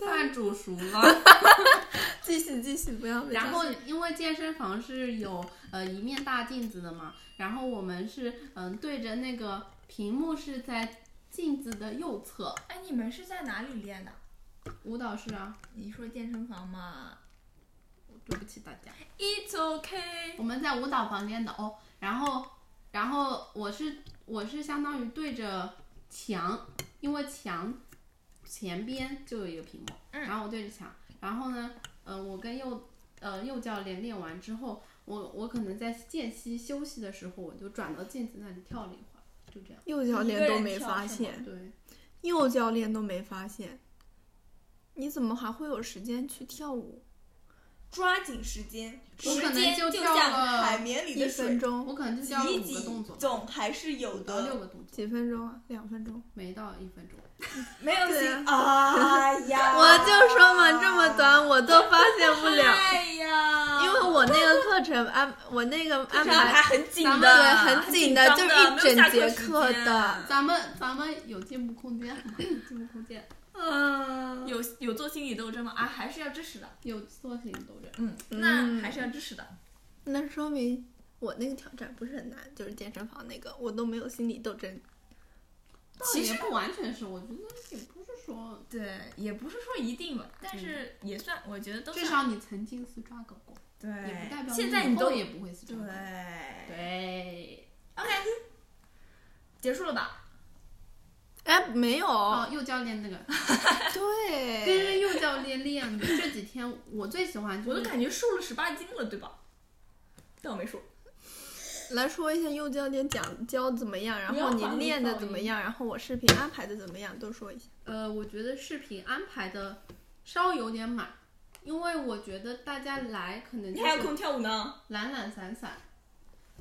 Speaker 3: 饭煮熟了。
Speaker 1: 继续继续，不要被
Speaker 3: 然后
Speaker 1: 打断
Speaker 3: 因为健身房是有呃一面大镜子的嘛，然后我们是嗯、对着那个屏幕是在镜子的右侧，
Speaker 2: 哎，你们是在哪里练的？
Speaker 3: 舞蹈室啊，
Speaker 2: 你说健身房嘛
Speaker 3: 对不起大家。
Speaker 2: ？It's OK。
Speaker 3: 我们在舞蹈房间的哦，然后然后我是我是相当于对着墙，因为墙前边就有一个屏幕，
Speaker 2: 嗯
Speaker 3: 然后我对着墙，然后呢，呃，我跟右呃右教练练完之后，我我可能在间隙休息的时候，我就转到镜子那里跳了一会儿，就这样。
Speaker 1: 右教练都没发现，
Speaker 3: 对，
Speaker 1: 右教练都没发现，你怎么还会有时间去跳舞？
Speaker 4: 抓紧时间，
Speaker 3: 我
Speaker 4: 时
Speaker 3: 可能
Speaker 4: 间
Speaker 3: 就跳
Speaker 4: 像
Speaker 3: 了
Speaker 4: 海绵里
Speaker 1: 一
Speaker 4: 的水
Speaker 1: 分，钟，
Speaker 3: 我可能就跳了
Speaker 4: 挤
Speaker 3: 五个动
Speaker 4: 挤
Speaker 3: 作吧，
Speaker 4: 总还是有
Speaker 3: 五到
Speaker 4: 的
Speaker 3: 六。个动作，
Speaker 1: 几分钟啊？两分钟。
Speaker 3: 没到一分钟。
Speaker 4: 没有
Speaker 1: 对啊
Speaker 4: 心哎 呀，
Speaker 1: 我就说嘛，这么短我都发现不 了，
Speaker 4: 哎呀，
Speaker 1: 因为我那个课程安，我那个安
Speaker 4: 这样还
Speaker 1: 排
Speaker 4: 很紧
Speaker 1: 对
Speaker 4: 的，
Speaker 1: 很紧的，就是一整节课的。
Speaker 3: 咱们咱们有进步空间，好吗有进步空间，
Speaker 4: 嗯，
Speaker 2: 有有做心理斗争吗？啊，还是要支持的。
Speaker 3: 有做行动着。
Speaker 2: 嗯，
Speaker 1: 嗯
Speaker 2: 那还是要支持的。
Speaker 1: 那说明我那个挑战不是很难，就是健身房那个，我都没有心理斗争。
Speaker 3: 其实不完全是，我觉得也不是说，
Speaker 2: 对，也不是说一定吧，但是也算，我觉得都
Speaker 3: 至
Speaker 2: 算。
Speaker 3: 少你曾经是抓狗过，也不代表
Speaker 2: 现在你
Speaker 3: 以后
Speaker 2: 都
Speaker 3: 也不会是抓
Speaker 2: 对
Speaker 3: 狗。对，
Speaker 2: OK，结束了吧？
Speaker 1: 哎，没有，
Speaker 3: 哦，右教练那个跟着
Speaker 1: 对，
Speaker 3: 右教练练的这几天，我最喜欢
Speaker 2: 我
Speaker 3: 就
Speaker 2: 都
Speaker 3: 是
Speaker 2: 感觉瘦了十八斤了，对吧？但我没瘦。
Speaker 1: 来说一下幼教练讲教怎么样，然
Speaker 3: 不要
Speaker 1: 后你
Speaker 3: 反复
Speaker 1: 练的
Speaker 3: 噪
Speaker 1: 怎么
Speaker 3: 音
Speaker 1: 样，然后我视频安排的怎么样，都说一下。
Speaker 3: 呃，我觉得视频安排的稍有点满，因为我觉得大家来可能
Speaker 4: 你
Speaker 3: 就
Speaker 4: 还有
Speaker 3: 是
Speaker 4: 空跳舞呢？
Speaker 3: 懒懒散散。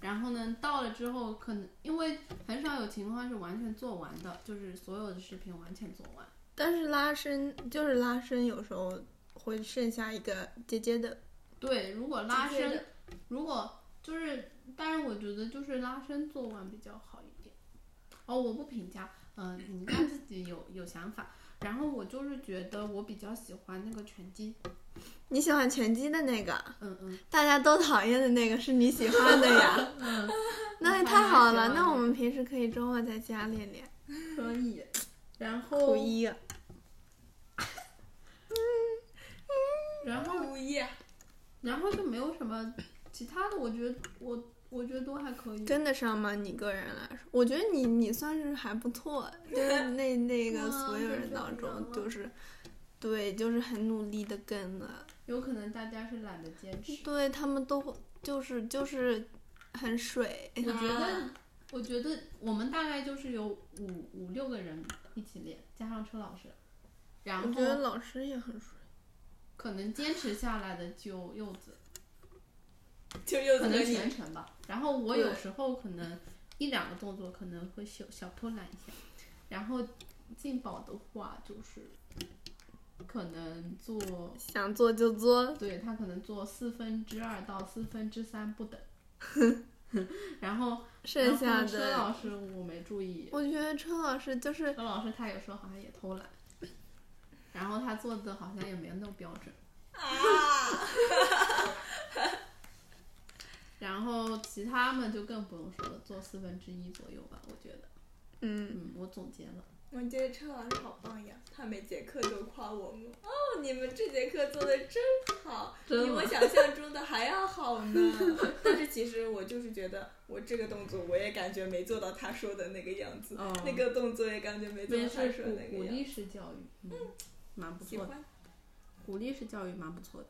Speaker 3: 然后呢，到了之后，可能因为很少有情况是完全做完的，就是所有的视频完全做完。
Speaker 1: 但是拉伸就是拉伸，有时候会剩下一个结结的。
Speaker 3: 对，如果拉
Speaker 4: 直接
Speaker 3: 伸
Speaker 4: 的，
Speaker 3: 如果就是，但是我觉得就是拉伸做完比较好一点。哦，我不评价，嗯、你让自己有有想法。然后我就是觉得我比较喜欢那个拳击，
Speaker 1: 你喜欢拳击的那个，
Speaker 3: 嗯嗯
Speaker 1: 大家都讨厌的那个是你喜欢的 呀，
Speaker 3: 嗯，
Speaker 1: 那也
Speaker 3: 我还
Speaker 1: 太好
Speaker 3: 蛮喜
Speaker 1: 了。
Speaker 3: 欢
Speaker 1: 那
Speaker 3: 的
Speaker 1: 我们平时可以周末在家练练。
Speaker 3: 可以。然
Speaker 1: 初
Speaker 3: 后，
Speaker 1: 一，
Speaker 3: 然后
Speaker 4: 物
Speaker 2: 啊
Speaker 4: 业，
Speaker 3: 然后就没有什么其他的，我觉得我我觉得都还可以。
Speaker 1: 跟得上吗？你个人来说，我觉得你你算是还不错， 就是那那个
Speaker 3: 哇
Speaker 1: 所有人当
Speaker 3: 真的
Speaker 1: 中，
Speaker 3: 吗
Speaker 1: 就是对，就是很努力的跟了，
Speaker 3: 有可能大家是懒得坚持。
Speaker 1: 对他们都会就是就是很水，
Speaker 3: 我觉得，我觉得我们大概就是有五五六个人一起练，加上车老师，然
Speaker 1: 我觉得
Speaker 3: 后
Speaker 1: 老师也很水，
Speaker 3: 可能坚持下来的就柚子，
Speaker 4: 就又
Speaker 3: 可
Speaker 4: 和
Speaker 3: 能
Speaker 4: 你
Speaker 3: 全程吧。然后我有
Speaker 1: 对
Speaker 3: 时候可能一两个动作可能会小小偷懒一下，然后进宝的话就是可能做
Speaker 1: 想做就做，
Speaker 3: 对他可能做四分之二到四分之三不等。 然后，然
Speaker 1: 剩
Speaker 3: 后
Speaker 1: 下
Speaker 3: 车
Speaker 1: 的
Speaker 3: 老师我没注意，
Speaker 1: 我觉得车老师就是
Speaker 3: 何老师他有时候好像也偷懒，然后他做的好像也没有那么标准。
Speaker 4: 啊，
Speaker 3: 然后其他们就更不用说了，做四分之一左右吧，我觉得。
Speaker 1: 嗯，
Speaker 3: 嗯，我总结了，
Speaker 4: 我觉得陈老师好棒呀，他每节课都夸我们哦，你们这节课做的真好，比
Speaker 3: 真的
Speaker 4: 我想象中的还要好呢。但是其实我就是觉得，我这个动作我也感觉没做到他说的那个样子，
Speaker 3: 哦
Speaker 4: 那个动作也感觉没做到
Speaker 3: 边
Speaker 4: 他
Speaker 3: 是
Speaker 4: 说的那个
Speaker 3: 鼓鼓
Speaker 4: 样子。
Speaker 3: 励式教育，嗯，蛮不
Speaker 4: 喜
Speaker 3: 错的，
Speaker 4: 欢。
Speaker 3: 鼓励式教育蛮不错的。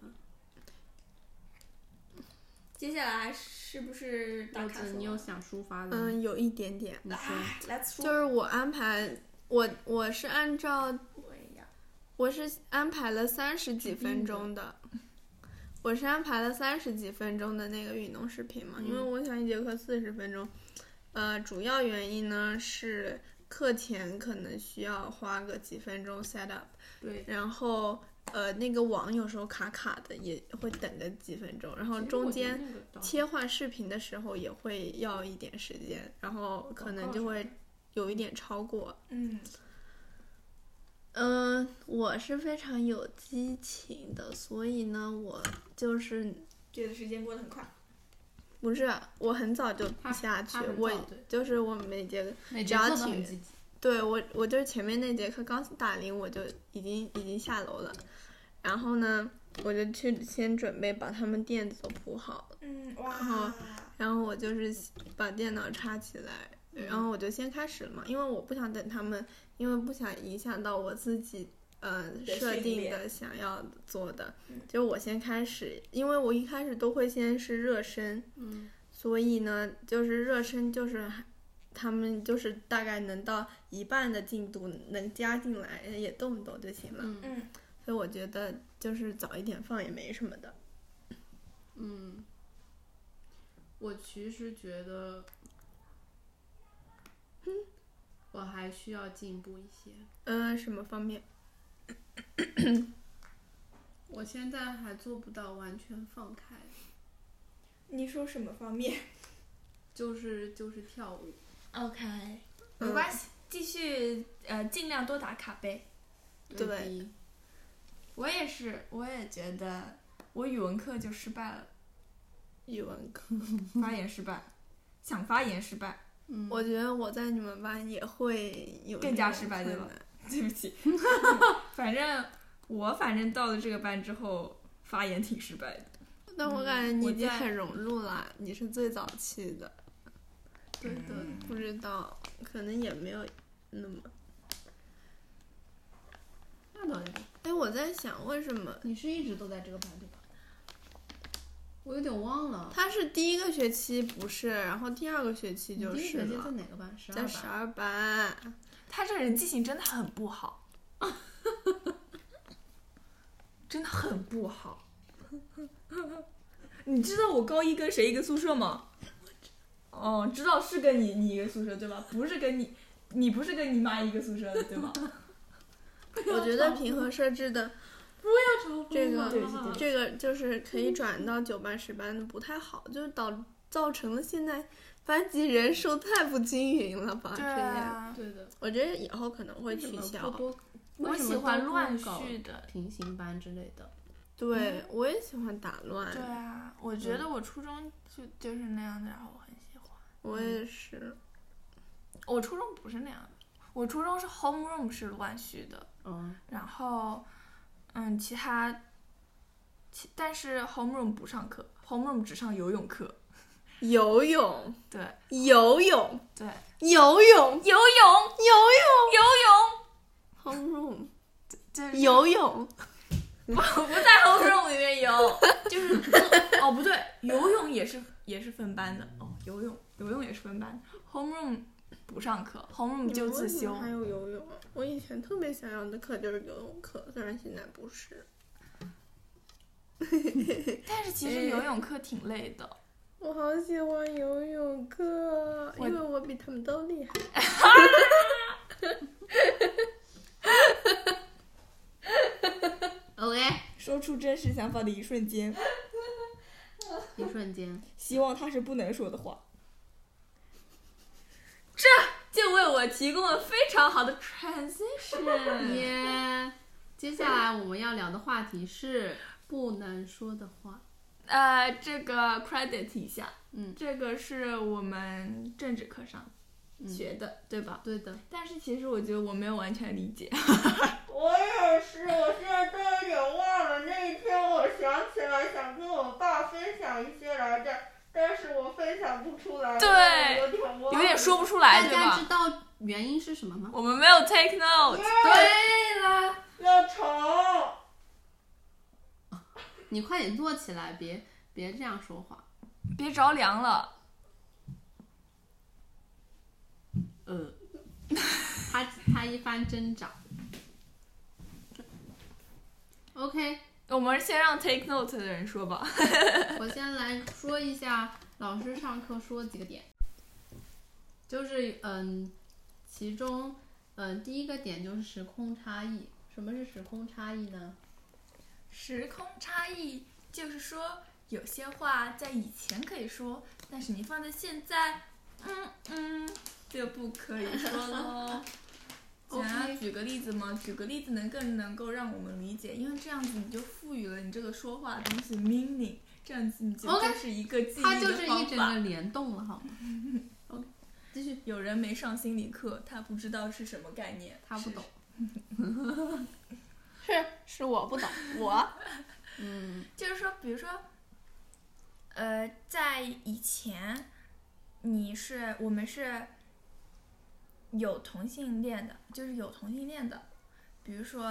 Speaker 4: 接下来是不是打
Speaker 3: 柚
Speaker 4: 卡哎
Speaker 3: 子，你有想抒发的吗？
Speaker 1: 嗯，有一点点，
Speaker 3: 你说，
Speaker 2: 啊
Speaker 4: ？Let's
Speaker 1: 就是我安排我我是按照
Speaker 4: 呀。
Speaker 1: 我是安排了三十几分钟的，我是安排了三十几分钟的那个运动视频嘛，因
Speaker 3: 嗯
Speaker 1: 为我想一节课四十分钟，呃，主要原因呢是课前可能需要花个几分钟 set up，
Speaker 3: 对，
Speaker 1: 然后呃那个网有时候卡卡的，也会等个几分钟，然后中间
Speaker 3: 其实我觉得那个倒
Speaker 1: 切换视频的时候也会要一点时间，然后可能就会有一点超过。
Speaker 4: 嗯，
Speaker 1: 嗯，我是非常有激情的，所以呢，我就是
Speaker 4: 觉得时间过得很快。
Speaker 1: 不是我很早就
Speaker 3: 他
Speaker 1: 下去
Speaker 3: 他很，早
Speaker 1: 我
Speaker 3: 对
Speaker 1: 就是我每节
Speaker 3: 每
Speaker 1: 只
Speaker 3: 节
Speaker 1: 要
Speaker 3: 课都
Speaker 1: 体
Speaker 3: 很
Speaker 1: 育
Speaker 3: 积极，
Speaker 1: 对我，我就是前面那节课刚打铃，我就已经已经下楼了，然后呢，我就去先准备把他们垫子都铺好了。
Speaker 4: 嗯，哇
Speaker 1: 好然后我就是把电脑插起来，然后我就先开始了嘛，因为我不想等他们，因为不想影响到我自己。呃，
Speaker 4: 的
Speaker 1: 设
Speaker 4: 训
Speaker 1: 定
Speaker 4: 练
Speaker 1: 的想要做的
Speaker 4: 嗯，
Speaker 1: 就是我先开始，因为我一开始都会先是热身，
Speaker 3: 嗯，
Speaker 1: 所以呢，就是热身就是他们就是大概能到一半的进度能加进来，也动一动就行了。
Speaker 3: 嗯
Speaker 4: 嗯，
Speaker 1: 所以我觉得就是早一点放也没什么的。
Speaker 3: 嗯，我其实觉得，我还需要进步一些。
Speaker 1: 嗯、什么方面？
Speaker 3: 我现在还做不到完全放开，
Speaker 4: 你说什么方面
Speaker 3: 就是就是跳舞。
Speaker 2: OK，
Speaker 1: 嗯
Speaker 2: 没关系，继续呃，尽量多打卡呗。
Speaker 1: 对
Speaker 3: 比
Speaker 2: 我也是，我也觉得我语文课就失败了，
Speaker 1: 语文课。
Speaker 2: 发言失败，想发言失败。
Speaker 3: 嗯，
Speaker 1: 我觉得我在你们班也会有
Speaker 2: 更加
Speaker 1: 这
Speaker 2: 失
Speaker 1: 种
Speaker 2: 败对吧
Speaker 1: 困难？
Speaker 2: 对不 起，反正我反正到了这个班之后，发言挺失败的。
Speaker 1: 但我感觉你
Speaker 2: 我
Speaker 1: 已经
Speaker 2: 在
Speaker 1: 很融入啦，你是最早期的，
Speaker 3: 对的，
Speaker 1: 不知道可能也没有那么。
Speaker 3: 那倒也不。
Speaker 1: 哎，我在想为什么
Speaker 3: 你是一直都在这个班对吧？我有点忘了，
Speaker 1: 他是第一个学期不是，然后第二个学期
Speaker 3: 你
Speaker 1: 就
Speaker 3: 第一
Speaker 1: 是
Speaker 3: 学期在
Speaker 1: 了，
Speaker 3: 哪个班？十二
Speaker 1: 在
Speaker 3: 班。
Speaker 1: 十二班。
Speaker 2: 他这个人记性真的很不 好，真的很不好。你知道我高一跟谁一个宿舍吗？哦，知道是跟你你一个宿舍对吧？不是跟你，你不是跟你妈一个宿舍的对吧？
Speaker 1: 我觉得平和设置的这个
Speaker 2: 对对对
Speaker 1: 这个就是可以转到九班十班的不太好，就是导造成了现在班级人数太不均匀了吧？
Speaker 2: 对
Speaker 1: 这样，
Speaker 2: 啊，
Speaker 3: 对的，
Speaker 1: 我觉得以后可能会
Speaker 3: 为
Speaker 1: 取
Speaker 3: 什
Speaker 1: 消
Speaker 3: 么不。多？
Speaker 2: 我
Speaker 3: 为什么
Speaker 2: 喜欢
Speaker 3: 都不
Speaker 2: 乱
Speaker 3: 搞
Speaker 2: 序的。
Speaker 3: 平行班之类的？
Speaker 1: 对，我也喜欢打乱。
Speaker 2: 对啊，我觉
Speaker 1: 嗯
Speaker 2: 得我初中就就是那样的，然后我很喜欢。
Speaker 1: 我也是。
Speaker 2: 我初中不是那样的，我初中是 homeroom 是乱序的，
Speaker 3: 嗯，
Speaker 2: 然后嗯，其他其但是 homeroom 不上课，homeroom 只上游泳课。
Speaker 1: 游泳，
Speaker 2: 对
Speaker 1: 游泳，
Speaker 2: 对，
Speaker 1: 游泳，
Speaker 2: 游泳游
Speaker 1: homeroom，
Speaker 2: 泳就是
Speaker 1: 游泳，
Speaker 2: 不在 homeroom 里面游，就是哦不对，游泳也是也是分班的哦，游泳游泳也是分班，homeroom 不上课，homeroom 就自
Speaker 1: 你们为什
Speaker 2: 修
Speaker 1: 么。还有游泳啊，我以前特别想要的课就是游泳课，虽然现在不是。
Speaker 2: 但是其实游
Speaker 4: 哎
Speaker 2: 泳课挺累的，
Speaker 1: 我好喜欢游泳课，因
Speaker 2: 我
Speaker 1: 为我比他们都厉害。
Speaker 3: OK，
Speaker 4: 说出真实想法的一瞬间，
Speaker 3: 一瞬间，
Speaker 4: 希望他是不能说的话。
Speaker 2: 就为我提供了非常好的 transition。
Speaker 3: 耶、接下来我们要聊的话题是不能说的话。
Speaker 2: 呃，这个 credit 一下，
Speaker 3: 嗯
Speaker 2: 这个是我们政治课上学的，
Speaker 4: 嗯
Speaker 2: 对吧？
Speaker 3: 嗯对的，
Speaker 2: 但是其实我觉得我没有完全理解。
Speaker 5: 我也是，我现在都有点忘了。那一天我想起来想跟我爸分享一些来着，但是我分享不出来，
Speaker 2: 对
Speaker 5: 有点忘了
Speaker 2: 有点说不出来，哎
Speaker 3: 大
Speaker 2: 对
Speaker 3: 家
Speaker 2: 吧
Speaker 3: 知？道原因是什么吗？
Speaker 2: 我们没有 take note。
Speaker 3: 对啦，
Speaker 5: 要吵。
Speaker 3: 你快点坐起来，别别这样说话。
Speaker 2: 别着凉了。
Speaker 3: 呃，他他一番挣扎。OK，
Speaker 2: 我们先让 take note 的人说吧。
Speaker 3: 我先来说一下老师上课说几个点，就是嗯，其中嗯第一个点就是时空差异。什么是时空差异呢？
Speaker 2: 时空差异就是说，有些话在以前可以说，但是你放在现在，嗯嗯，就不可以说喽。 想
Speaker 3: OK
Speaker 2: 要举个例子吗？举个例子能更能够让我们理解，因为这样子你就赋予了你这个说话的东西 meaning，这样子你就
Speaker 3: OK，
Speaker 2: 就是一个记忆的方
Speaker 3: 哦
Speaker 2: 法。
Speaker 3: 它就是一整个联动了，好吗？OK，继续。
Speaker 2: 有人没上心理课，他不知道是什么概念，
Speaker 3: 他不
Speaker 2: 是
Speaker 3: 懂。
Speaker 1: 是是我不懂，我
Speaker 3: 嗯，
Speaker 2: 就是说，比如说，呃，在以前，你是我们是有同性恋的，就是有同性恋的。比如说，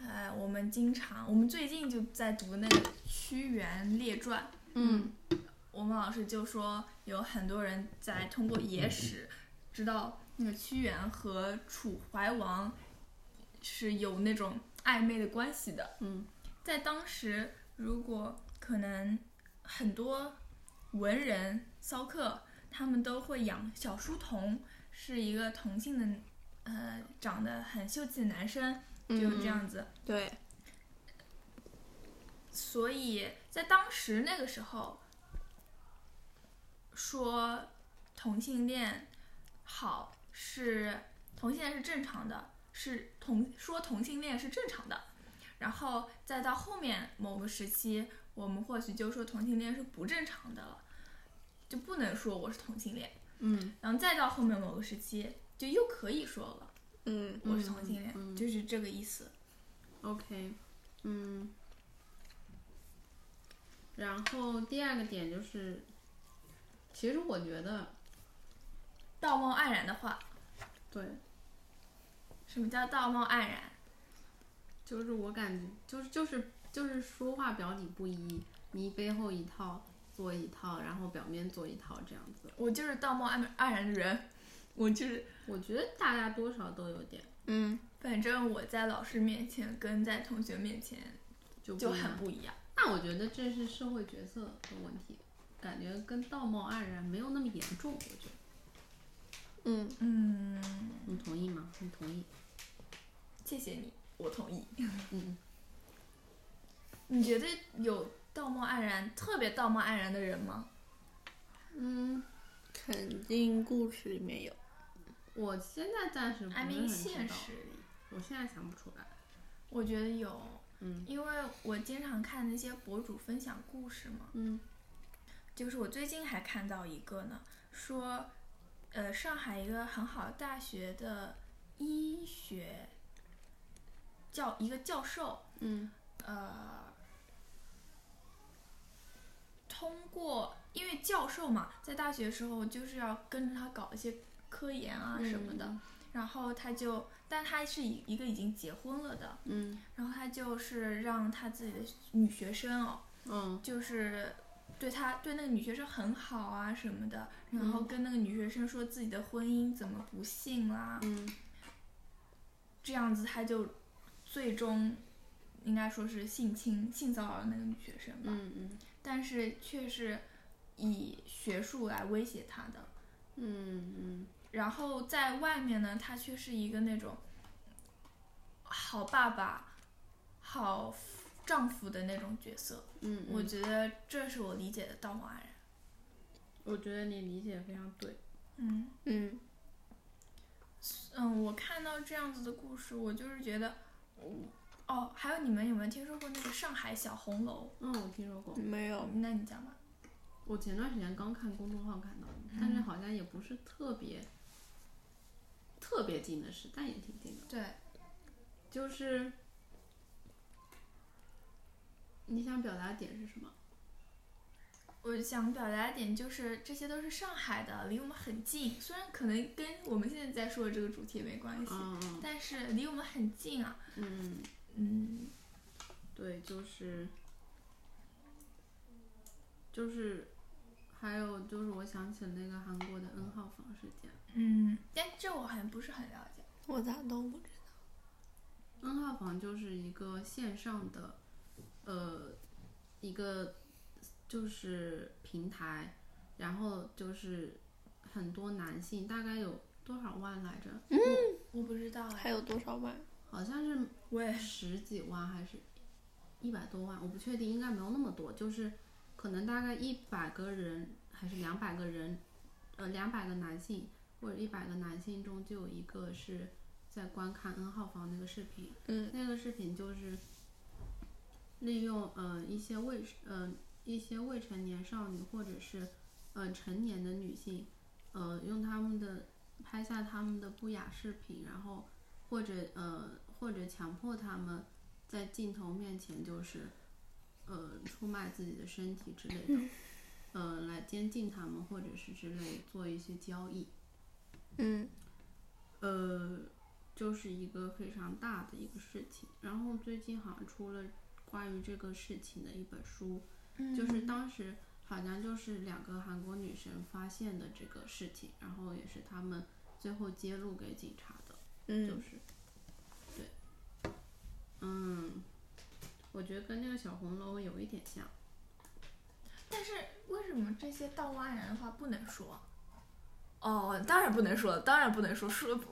Speaker 2: 呃，我们经常，我们最近就在读那个《屈原列传》，
Speaker 3: 嗯，
Speaker 2: 我们老师就说有很多人在通过野史知道那个屈原和楚怀王是有那种暧昧的关系的。
Speaker 3: 嗯，
Speaker 2: 在当时，如果可能很多文人骚客，他们都会养小书童，是一个同性的，呃，长得很秀气的男生，
Speaker 3: 嗯
Speaker 2: 就这样子。
Speaker 1: 对
Speaker 2: 所以在当时那个时候，说同性恋好是同性恋是正常的，是同说同性恋是正常的。然后再到后面某个时期，我们或许就说同性恋是不正常的了，就不能说我是同性恋。
Speaker 3: 嗯，
Speaker 2: 然后再到后面某个时期，就又可以说了
Speaker 1: 嗯
Speaker 2: 我是同性恋，
Speaker 3: 嗯嗯
Speaker 2: 就是这个意思。
Speaker 3: OK，嗯，然后第二个点就是，其实我觉得
Speaker 2: 道貌岸然的话，
Speaker 3: 对，
Speaker 2: 什么叫道貌岸然？
Speaker 3: 就是我感觉就是就是就是说话表里不一，你背后一套做一套，然后表面做一套这样子。
Speaker 2: 我就是道貌岸岸然的人，我就是，
Speaker 3: 我觉得大家多少都有点
Speaker 1: 嗯，
Speaker 2: 反正我在老师面前跟在同学面前
Speaker 3: 就不
Speaker 2: 就
Speaker 3: 一
Speaker 2: 很
Speaker 3: 样
Speaker 2: 不一样。
Speaker 3: 那我觉得这是社会角色的问题，感觉跟道貌岸然没有那么严重。我觉得
Speaker 1: 嗯，
Speaker 2: 嗯，
Speaker 3: 你同意吗？你同意？
Speaker 2: 谢谢你，我同意。
Speaker 3: 嗯，
Speaker 2: 你觉得有道貌岸然、特别道貌岸然的人吗？
Speaker 3: 嗯，
Speaker 1: 肯定故事里面有。
Speaker 3: 我现在暂时不是
Speaker 2: ，I
Speaker 3: 很
Speaker 2: mean
Speaker 3: 知
Speaker 2: 现
Speaker 3: 道
Speaker 2: 实里，
Speaker 3: 我现在想不出来。
Speaker 2: 我觉得有，
Speaker 3: 嗯
Speaker 2: 因为我经常看那些博主分享故事嘛，
Speaker 3: 嗯
Speaker 2: 就是我最近还看到一个呢，说，呃，上海一个很好的大学的医学教一个教授，
Speaker 3: 嗯
Speaker 2: 呃，通过因为教授嘛，在大学的时候就是要跟着他搞一些科研
Speaker 3: 嗯
Speaker 2: 啊什么的，然后他就，但他是一一个已经结婚了的，
Speaker 3: 嗯
Speaker 2: 然后他就是让他自己的女学生哦，
Speaker 3: 嗯
Speaker 2: 就是对他对那个女学生很好啊什么的，然后跟那个女学生说自己的婚姻怎么不幸啦，
Speaker 3: 嗯
Speaker 2: 这样子他就最终应该说是性侵性骚扰那个女学生吧，
Speaker 3: 嗯
Speaker 2: 但是却是以学术来威胁她的。
Speaker 3: 嗯
Speaker 2: 然后在外面呢，他却是一个那种好爸爸、好丈夫的那种角色。
Speaker 3: 嗯，
Speaker 2: 我觉得这是我理解的道貌岸然。
Speaker 3: 我觉得你理解非常对。
Speaker 2: 嗯
Speaker 1: 嗯，
Speaker 2: 嗯，我看到这样子的故事，我就是觉得，哦，还有你们有没有听说过那个上海小红楼？
Speaker 3: 嗯，我听说过，
Speaker 1: 没有。
Speaker 2: 那你讲吧。
Speaker 3: 我前段时间刚看公众号看到的，但是好像也不是特别特别近的事，但也挺近的。
Speaker 2: 对，
Speaker 3: 就是你想表达的点是什么？
Speaker 2: 我想表达的点就是，这些都是上海的，离我们很近，虽然可能跟我们现在在说的这个主题没关系，
Speaker 3: 嗯嗯
Speaker 2: 但是离我们很近啊。
Speaker 3: 嗯，
Speaker 2: 嗯，
Speaker 3: 对，就是就是，还有就是，我想起了那个韩国的 N 号房事件。
Speaker 2: 嗯，但这我还不是很了解。
Speaker 1: 我咋都不知
Speaker 3: N 号房就是一个线上的，呃，一个就是平台，然后就是很多男性，大概有多少万来着？
Speaker 2: 我不知道
Speaker 1: 道
Speaker 2: 哎，
Speaker 1: 还有多少万。
Speaker 3: 好像是
Speaker 2: 我也
Speaker 3: 十几万还是一百多万，我不确定，应该没有那么多，就是可能大概一百个人还是两百个人，呃，两百个男性或者一百个男性中就有一个是在观看 N 号房那个视频，
Speaker 1: 嗯，
Speaker 3: 那个视频就是利用呃一些未呃一些未成年少女或者是呃成年的女性，呃用他们的拍下他们的不雅视频，然后或者呃或者强迫他们在镜头面前就是呃出卖自己的身体之类的，呃来监禁他们或者是之类做一些交易，
Speaker 1: 嗯
Speaker 3: 呃，就是一个非常大的一个事情。然后最近好像出了关于这个事情的一本书，
Speaker 2: 嗯
Speaker 3: 就是
Speaker 1: 嗯
Speaker 3: 当时好像就是两个韩国女生发现的这个事情，然后也是他们最后揭露给警察的。就
Speaker 1: 嗯，
Speaker 3: 是，对，嗯，我觉得跟那个小红楼有一点像，
Speaker 2: 但是为什么这些道貌岸然的话不能说？哦，当然不能说，当然不能说， 说不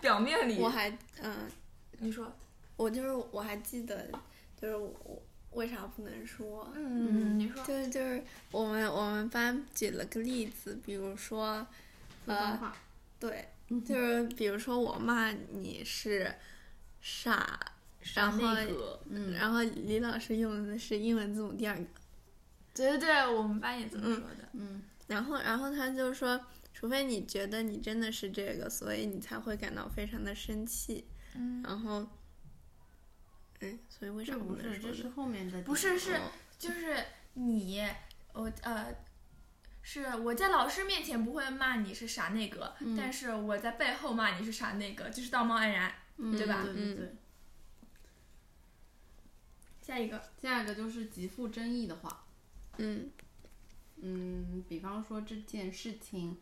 Speaker 2: 表面里
Speaker 1: 我还嗯，
Speaker 2: 你说，
Speaker 1: 我就是我还记得，就是我我为啥不能说？
Speaker 2: 嗯，你说，
Speaker 1: 就是就是我们我们班举了个例子，比如说，
Speaker 3: 普通
Speaker 1: 呃，
Speaker 3: 话，
Speaker 1: 对，就是比如说我骂你是傻，然后
Speaker 2: 那个，
Speaker 3: 嗯，
Speaker 1: 然后李老师用的是英文字母第二个，
Speaker 2: 对对对，我们班也这么说的。
Speaker 3: 嗯
Speaker 1: 然后然后他就说，除非你觉得你真的是这个，所以你才会感到非常的生气，
Speaker 2: 嗯，
Speaker 1: 然后，嗯，所以为啥
Speaker 3: 这
Speaker 1: 不
Speaker 3: 不
Speaker 1: 能
Speaker 3: 是，
Speaker 1: 说
Speaker 3: 这是
Speaker 1: 呢？哦
Speaker 3: 后面的点，
Speaker 2: 不是是就是你，我呃。是我在老师面前不会骂你是傻那个，
Speaker 3: 嗯
Speaker 2: 但是我在背后骂你是傻那个，就是道貌岸然。
Speaker 3: 嗯，
Speaker 2: 对吧
Speaker 3: 对对
Speaker 1: 嗯
Speaker 3: 对。
Speaker 2: 下一个，
Speaker 3: 下一个就是极富争议的话，
Speaker 1: 嗯，
Speaker 3: 嗯，比方说这件事情，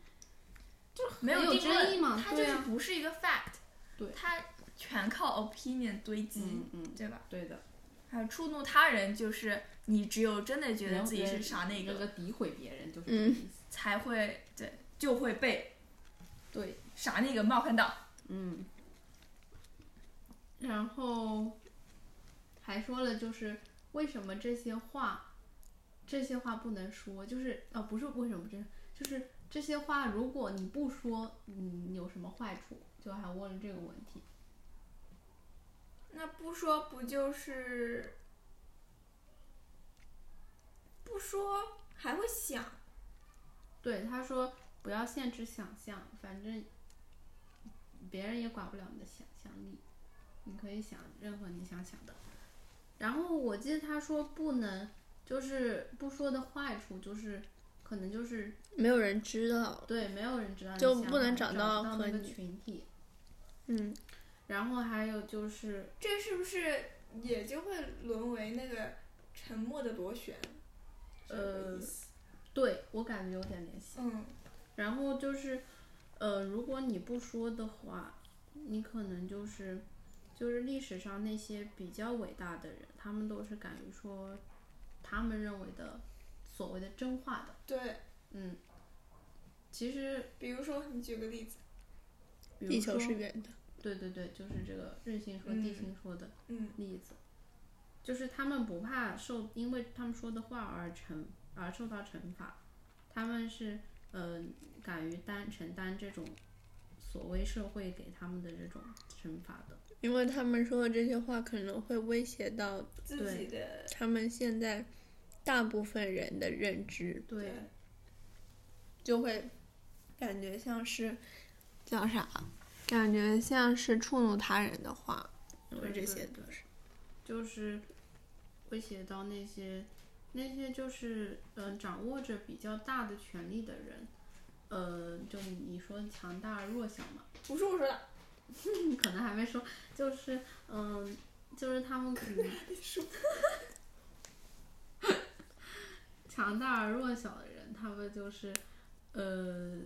Speaker 2: 没
Speaker 3: 有
Speaker 2: 定论
Speaker 3: 争议嘛
Speaker 2: 它就
Speaker 3: 对
Speaker 2: 是
Speaker 3: 啊
Speaker 2: 不是一个 fact，
Speaker 3: 对
Speaker 2: 它全靠 opinion 堆积，
Speaker 3: 嗯嗯，
Speaker 2: 对吧？
Speaker 3: 对的，
Speaker 2: 还有呃触怒他人，就是你只有真的觉得
Speaker 3: 人
Speaker 2: 自己是
Speaker 3: 人
Speaker 2: 傻那
Speaker 3: 这
Speaker 2: 个，
Speaker 3: 个诋毁别人就是这个意思，
Speaker 2: 才会对就会被
Speaker 3: 对，
Speaker 2: 傻那个冒犯到。
Speaker 3: 嗯，然后还说了，就是哦为什么这些话，这些话不能说，就是啊、不是为什么这，就是这些话，如果你不说，嗯，有什么坏处？就还问了这个问题。
Speaker 6: 那不说不就是不说还会想，
Speaker 3: 对，他说不要限制想象，反正别人也管不了你的想象力，你可以想任何你想想的。然后我记得他说不能，就是不说的坏处就是，可能就是
Speaker 1: 没有人知道。
Speaker 3: 对没有人知道你
Speaker 1: 就
Speaker 3: 想
Speaker 1: 不能
Speaker 3: 法
Speaker 1: 找
Speaker 3: 找
Speaker 1: 到
Speaker 3: 不到
Speaker 1: 和
Speaker 3: 那个
Speaker 1: 你
Speaker 3: 群体。
Speaker 1: 嗯，
Speaker 3: 然后还有就是
Speaker 2: 这是不是也就会沦为那个沉默的螺旋？是这个意思
Speaker 3: 对我感觉有点联系。
Speaker 2: 嗯，
Speaker 3: 然后就是，呃，如果你不说的话，你可能就是，就是历史上那些比较伟大的人，他们都是敢于说他们认为的所谓的真话的。
Speaker 2: 对，
Speaker 3: 嗯，其实
Speaker 2: 比如说你举个例子，
Speaker 3: 比如
Speaker 1: 地球
Speaker 3: 说
Speaker 1: 是圆的。
Speaker 3: 对对对，就是这个日心说、地
Speaker 2: 嗯
Speaker 3: 心说的
Speaker 2: 嗯
Speaker 3: 例子，就是他们不怕受，因为他们说的话而惩而受到惩罚，他们是呃敢于担承担这种所谓社会给他们的这种惩罚的。
Speaker 1: 因为他们说的这些话可能会威胁到
Speaker 2: 自己的
Speaker 1: 他们现在大部分人的认知，
Speaker 3: 对，
Speaker 1: 就会感觉像是叫啥，感觉像是触怒他人的话，
Speaker 3: 嗯
Speaker 1: 因为这些都是
Speaker 3: 就是威胁到那些那些就是嗯、呃掌握着比较大的权力的人，呃，就你说强大弱小嘛。
Speaker 2: 不是我说的，
Speaker 3: 可能还没说，就是嗯，就是他们可能强大而弱小的人，他们就是呃，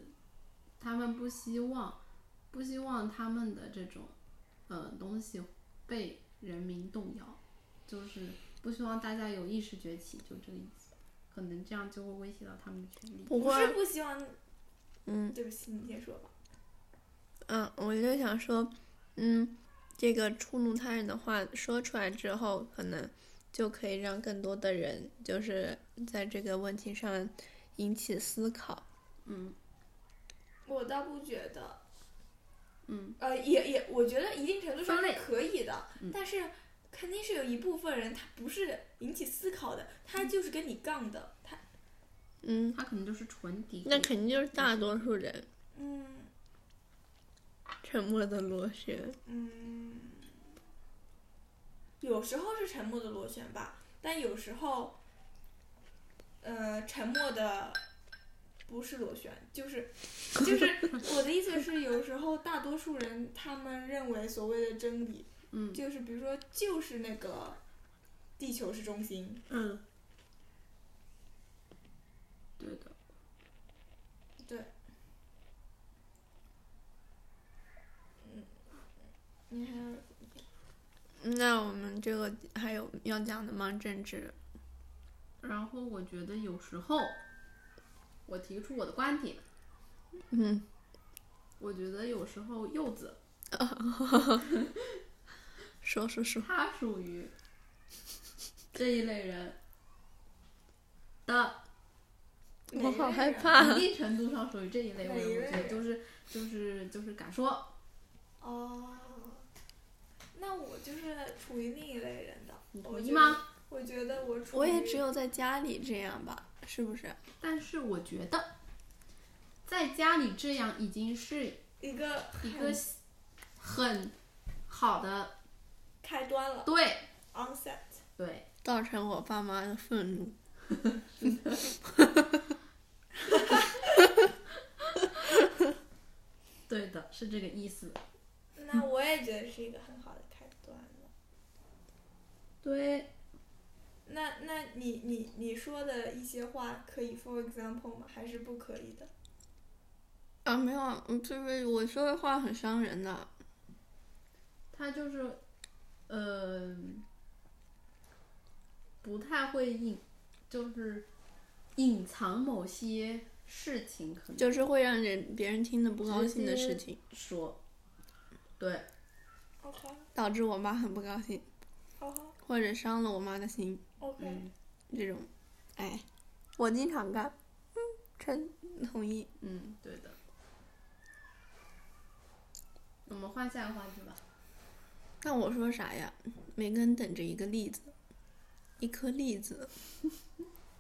Speaker 3: 他们不希望不希望他们的这种呃东西被人民动摇，就是不希望大家有意识崛起，就这个意思。可能这样就会威胁到他们的权利。
Speaker 1: 不
Speaker 2: 不
Speaker 1: 过
Speaker 2: 是不希望。
Speaker 1: 嗯。
Speaker 2: 对不起，你先说吧。
Speaker 1: 嗯，我就想说，嗯，这个触怒他人的话说出来之后，可能就可以让更多的人就是在这个问题上引起思考。
Speaker 3: 嗯
Speaker 2: 我倒不觉得，
Speaker 3: 嗯，
Speaker 2: 呃，也也，我觉得一定程度上
Speaker 3: 分
Speaker 2: 是
Speaker 3: 类
Speaker 2: 可以的，
Speaker 3: 嗯
Speaker 2: 但是肯定是有一部分人他不是引起思考的，
Speaker 3: 嗯
Speaker 2: 他就是跟你杠的，他
Speaker 1: 嗯，
Speaker 3: 他可能就是纯敌
Speaker 1: 那
Speaker 3: 对
Speaker 1: 肯定就是大多数人
Speaker 2: 嗯
Speaker 1: 沉默的螺旋。
Speaker 2: 嗯，有时候是沉默的螺旋吧，但有时候，呃，沉默的不是螺旋，就是就是 我的意思是，有时候大多数人他们认为所谓的真理。
Speaker 3: 嗯
Speaker 2: 就是比如说，就是那个地球是中心，
Speaker 1: 嗯，
Speaker 3: 对的。
Speaker 2: 你还有
Speaker 1: 嗯那我们这个还有要讲的吗？政治？
Speaker 3: 然后我觉得有时候，我提出我的观点，
Speaker 1: 嗯，
Speaker 3: 我觉得有时候柚子
Speaker 1: 说说说。
Speaker 3: 它属于这一类人的，
Speaker 1: 我好害
Speaker 2: 哪一类人
Speaker 1: 怕。
Speaker 3: 一定程度上属于这一类
Speaker 2: 哪
Speaker 3: 人。
Speaker 2: 一类
Speaker 3: 我觉得
Speaker 2: 人
Speaker 3: 就是就是就是敢说，
Speaker 2: 哦。那我就是处于另一类人的，
Speaker 3: 你
Speaker 2: 我
Speaker 3: 同意
Speaker 2: 觉得
Speaker 3: 吗？
Speaker 2: 我觉得我处于
Speaker 1: 我也只有在家里这样吧，是不是？
Speaker 3: 但是我觉得，在家里这样已经是
Speaker 2: 一个
Speaker 3: 一个很好的
Speaker 2: 开端了
Speaker 3: 对
Speaker 2: ，onset。
Speaker 3: 对。
Speaker 1: 造成我爸妈的愤怒。
Speaker 3: 对的，是这个意思。
Speaker 2: 那我也觉得是一个很好的开端了。
Speaker 3: 对，
Speaker 2: 那那你你你说的一些话可以 for example 吗？还是不可以的？
Speaker 1: 啊，没有啊，嗯就是我说的话很伤人的。
Speaker 3: 他就是，呃，不太会隐，就是隐藏某些事情，可能
Speaker 1: 就是会让人别人听的不高兴的事情，
Speaker 3: 说，对，
Speaker 2: OK，
Speaker 1: 导致我妈很不高兴，
Speaker 2: 好好
Speaker 1: 或者伤了我妈的心，
Speaker 2: ，OK，
Speaker 3: 嗯，
Speaker 1: 这种，哎，我经常干，嗯，真同意。
Speaker 3: 嗯，对的。我们换下一个话题吧。
Speaker 1: 那我说啥呀？每个人等着一个栗子，一颗栗子。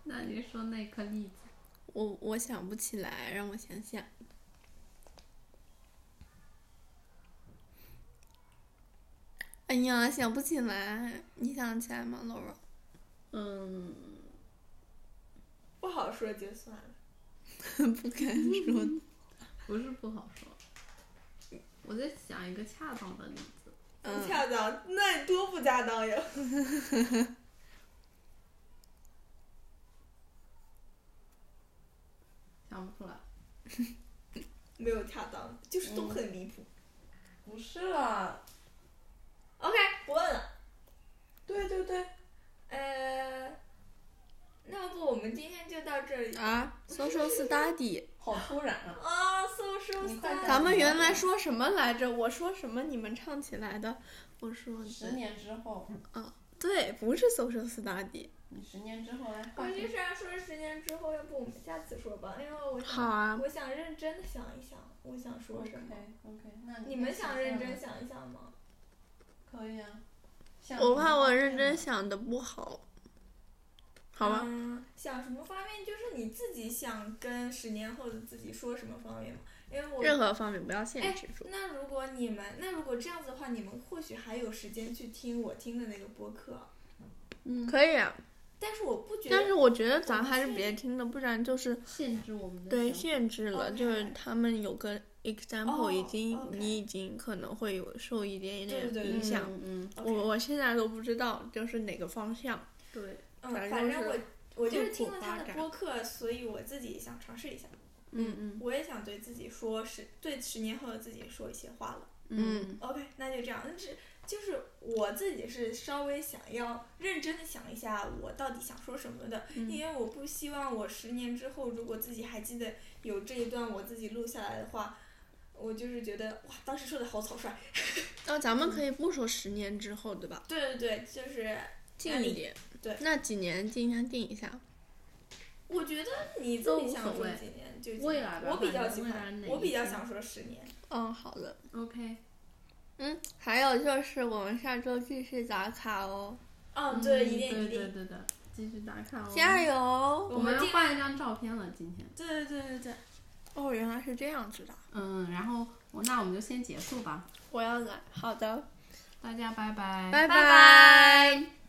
Speaker 3: 那你说那颗栗子？
Speaker 1: 我我想不起来，让我想想。哎呀，想不起来，你想起来吗，Laura？
Speaker 3: 嗯，
Speaker 2: 不好说就算了。
Speaker 1: 不敢说，
Speaker 3: 不是不好说。我在想一个恰当的例子，
Speaker 2: 不
Speaker 1: 嗯
Speaker 2: 恰当，那你多不恰当呀！
Speaker 3: 想不出来。
Speaker 2: 没有恰当，就是都很离谱。
Speaker 5: 不是啦，
Speaker 2: OK，我问了。
Speaker 5: 对对对，
Speaker 2: 呃，那要不我们今天就到这里
Speaker 1: 啊，social study，
Speaker 5: 好突然啊！
Speaker 2: 啊，social
Speaker 5: 你快
Speaker 2: study
Speaker 1: 咱们原来说什么来着？我说什么？你们唱起来的？我说
Speaker 5: 十
Speaker 1: 的，
Speaker 5: 年之后，
Speaker 1: 对，不是 social study。
Speaker 5: 你十年之后来
Speaker 2: 我
Speaker 5: 画
Speaker 2: 这
Speaker 5: 什
Speaker 2: 事儿说是十年之后，要不我们下次说吧，因为我
Speaker 1: 好
Speaker 2: 想，
Speaker 1: 啊，
Speaker 2: 我想认真的想一想，我想说
Speaker 5: OK
Speaker 2: 什么。
Speaker 5: OK，那
Speaker 2: 你们想认真
Speaker 5: 想
Speaker 2: 想一想吗？
Speaker 5: 可以啊。想
Speaker 1: 我怕我
Speaker 5: 什么
Speaker 1: 认真
Speaker 5: 方
Speaker 1: 想的不好，好啊吧？
Speaker 2: 嗯想什么方面？就是你自己想跟十年后的自己说什么方面吗？因为我
Speaker 1: 任何方面不要限制住。
Speaker 2: 那如果你们那如果这样子的话，你们或许还有时间去听我听的那个播客，啊
Speaker 3: 嗯，
Speaker 1: 可以啊，
Speaker 2: 但是我不哎觉
Speaker 1: 但
Speaker 2: 得嗯
Speaker 1: 是我觉得咱还是别听了，不然就是
Speaker 3: 限制我们的
Speaker 1: 对
Speaker 3: 想法
Speaker 1: 限制了，
Speaker 2: OK
Speaker 1: 就是他们有个 example，
Speaker 2: 哦
Speaker 1: 已经
Speaker 2: OK
Speaker 1: 你已经可能会有受一点
Speaker 2: 对
Speaker 1: 点
Speaker 2: 对
Speaker 1: 影
Speaker 2: 对
Speaker 1: 响。
Speaker 3: 嗯，嗯
Speaker 1: 我我现在都不知道就是哪个方向。
Speaker 3: 对，
Speaker 2: 嗯，
Speaker 1: 反
Speaker 2: 反
Speaker 1: 正
Speaker 2: 正
Speaker 1: 是
Speaker 2: 我我就是
Speaker 1: 自我
Speaker 2: 听了他
Speaker 1: 发
Speaker 2: 的
Speaker 1: 展
Speaker 2: 播客，所以我自己想尝试一下。
Speaker 3: 嗯嗯
Speaker 2: 我也想对自己说十对十年后的自己说一些话了。
Speaker 1: 嗯
Speaker 2: OK，那就这样。那只就是我自己是稍微想要认真的想一下我到底想说什么的，
Speaker 1: 嗯
Speaker 2: 因为我不希望我十年之后如果自己还记得有这一段我自己录下来的话，我就是觉得哇，当时说的好草率。
Speaker 1: 那哦咱们可以不说十年之后，对吧？
Speaker 2: 对对对，就是
Speaker 1: 近一点。
Speaker 2: 对
Speaker 1: 那几年尽量定一下。
Speaker 2: 我觉得你自
Speaker 3: 都
Speaker 2: 己
Speaker 3: 无
Speaker 2: 想
Speaker 3: 所
Speaker 2: 说
Speaker 3: 谓
Speaker 2: 几年就几
Speaker 3: 未
Speaker 2: 年
Speaker 3: 来吧
Speaker 2: 我比
Speaker 3: 反
Speaker 2: 较
Speaker 3: 正
Speaker 2: 喜
Speaker 3: 未来
Speaker 2: 欢
Speaker 3: 哪，
Speaker 2: 我
Speaker 3: 一
Speaker 2: 比较
Speaker 3: 天
Speaker 2: 想说十年。
Speaker 1: 嗯，好的。
Speaker 3: ，OK，
Speaker 1: 嗯，还有就是我们下周继续打卡哦，
Speaker 2: 嗯，对，
Speaker 3: 嗯
Speaker 2: 一定一
Speaker 3: 对对
Speaker 2: 定。
Speaker 3: 对的，继续打卡哦。
Speaker 1: 加！油！
Speaker 2: 我
Speaker 3: 我们
Speaker 2: 们
Speaker 3: 要
Speaker 2: 尽
Speaker 3: 换一张照片了，今天。
Speaker 2: 对对对对对。
Speaker 1: 哦，原来是这样子的，
Speaker 3: 嗯，然后我那我们就先结束吧，
Speaker 1: 我要来。好的，
Speaker 3: 大家拜拜。
Speaker 1: 拜
Speaker 2: 拜
Speaker 1: 拜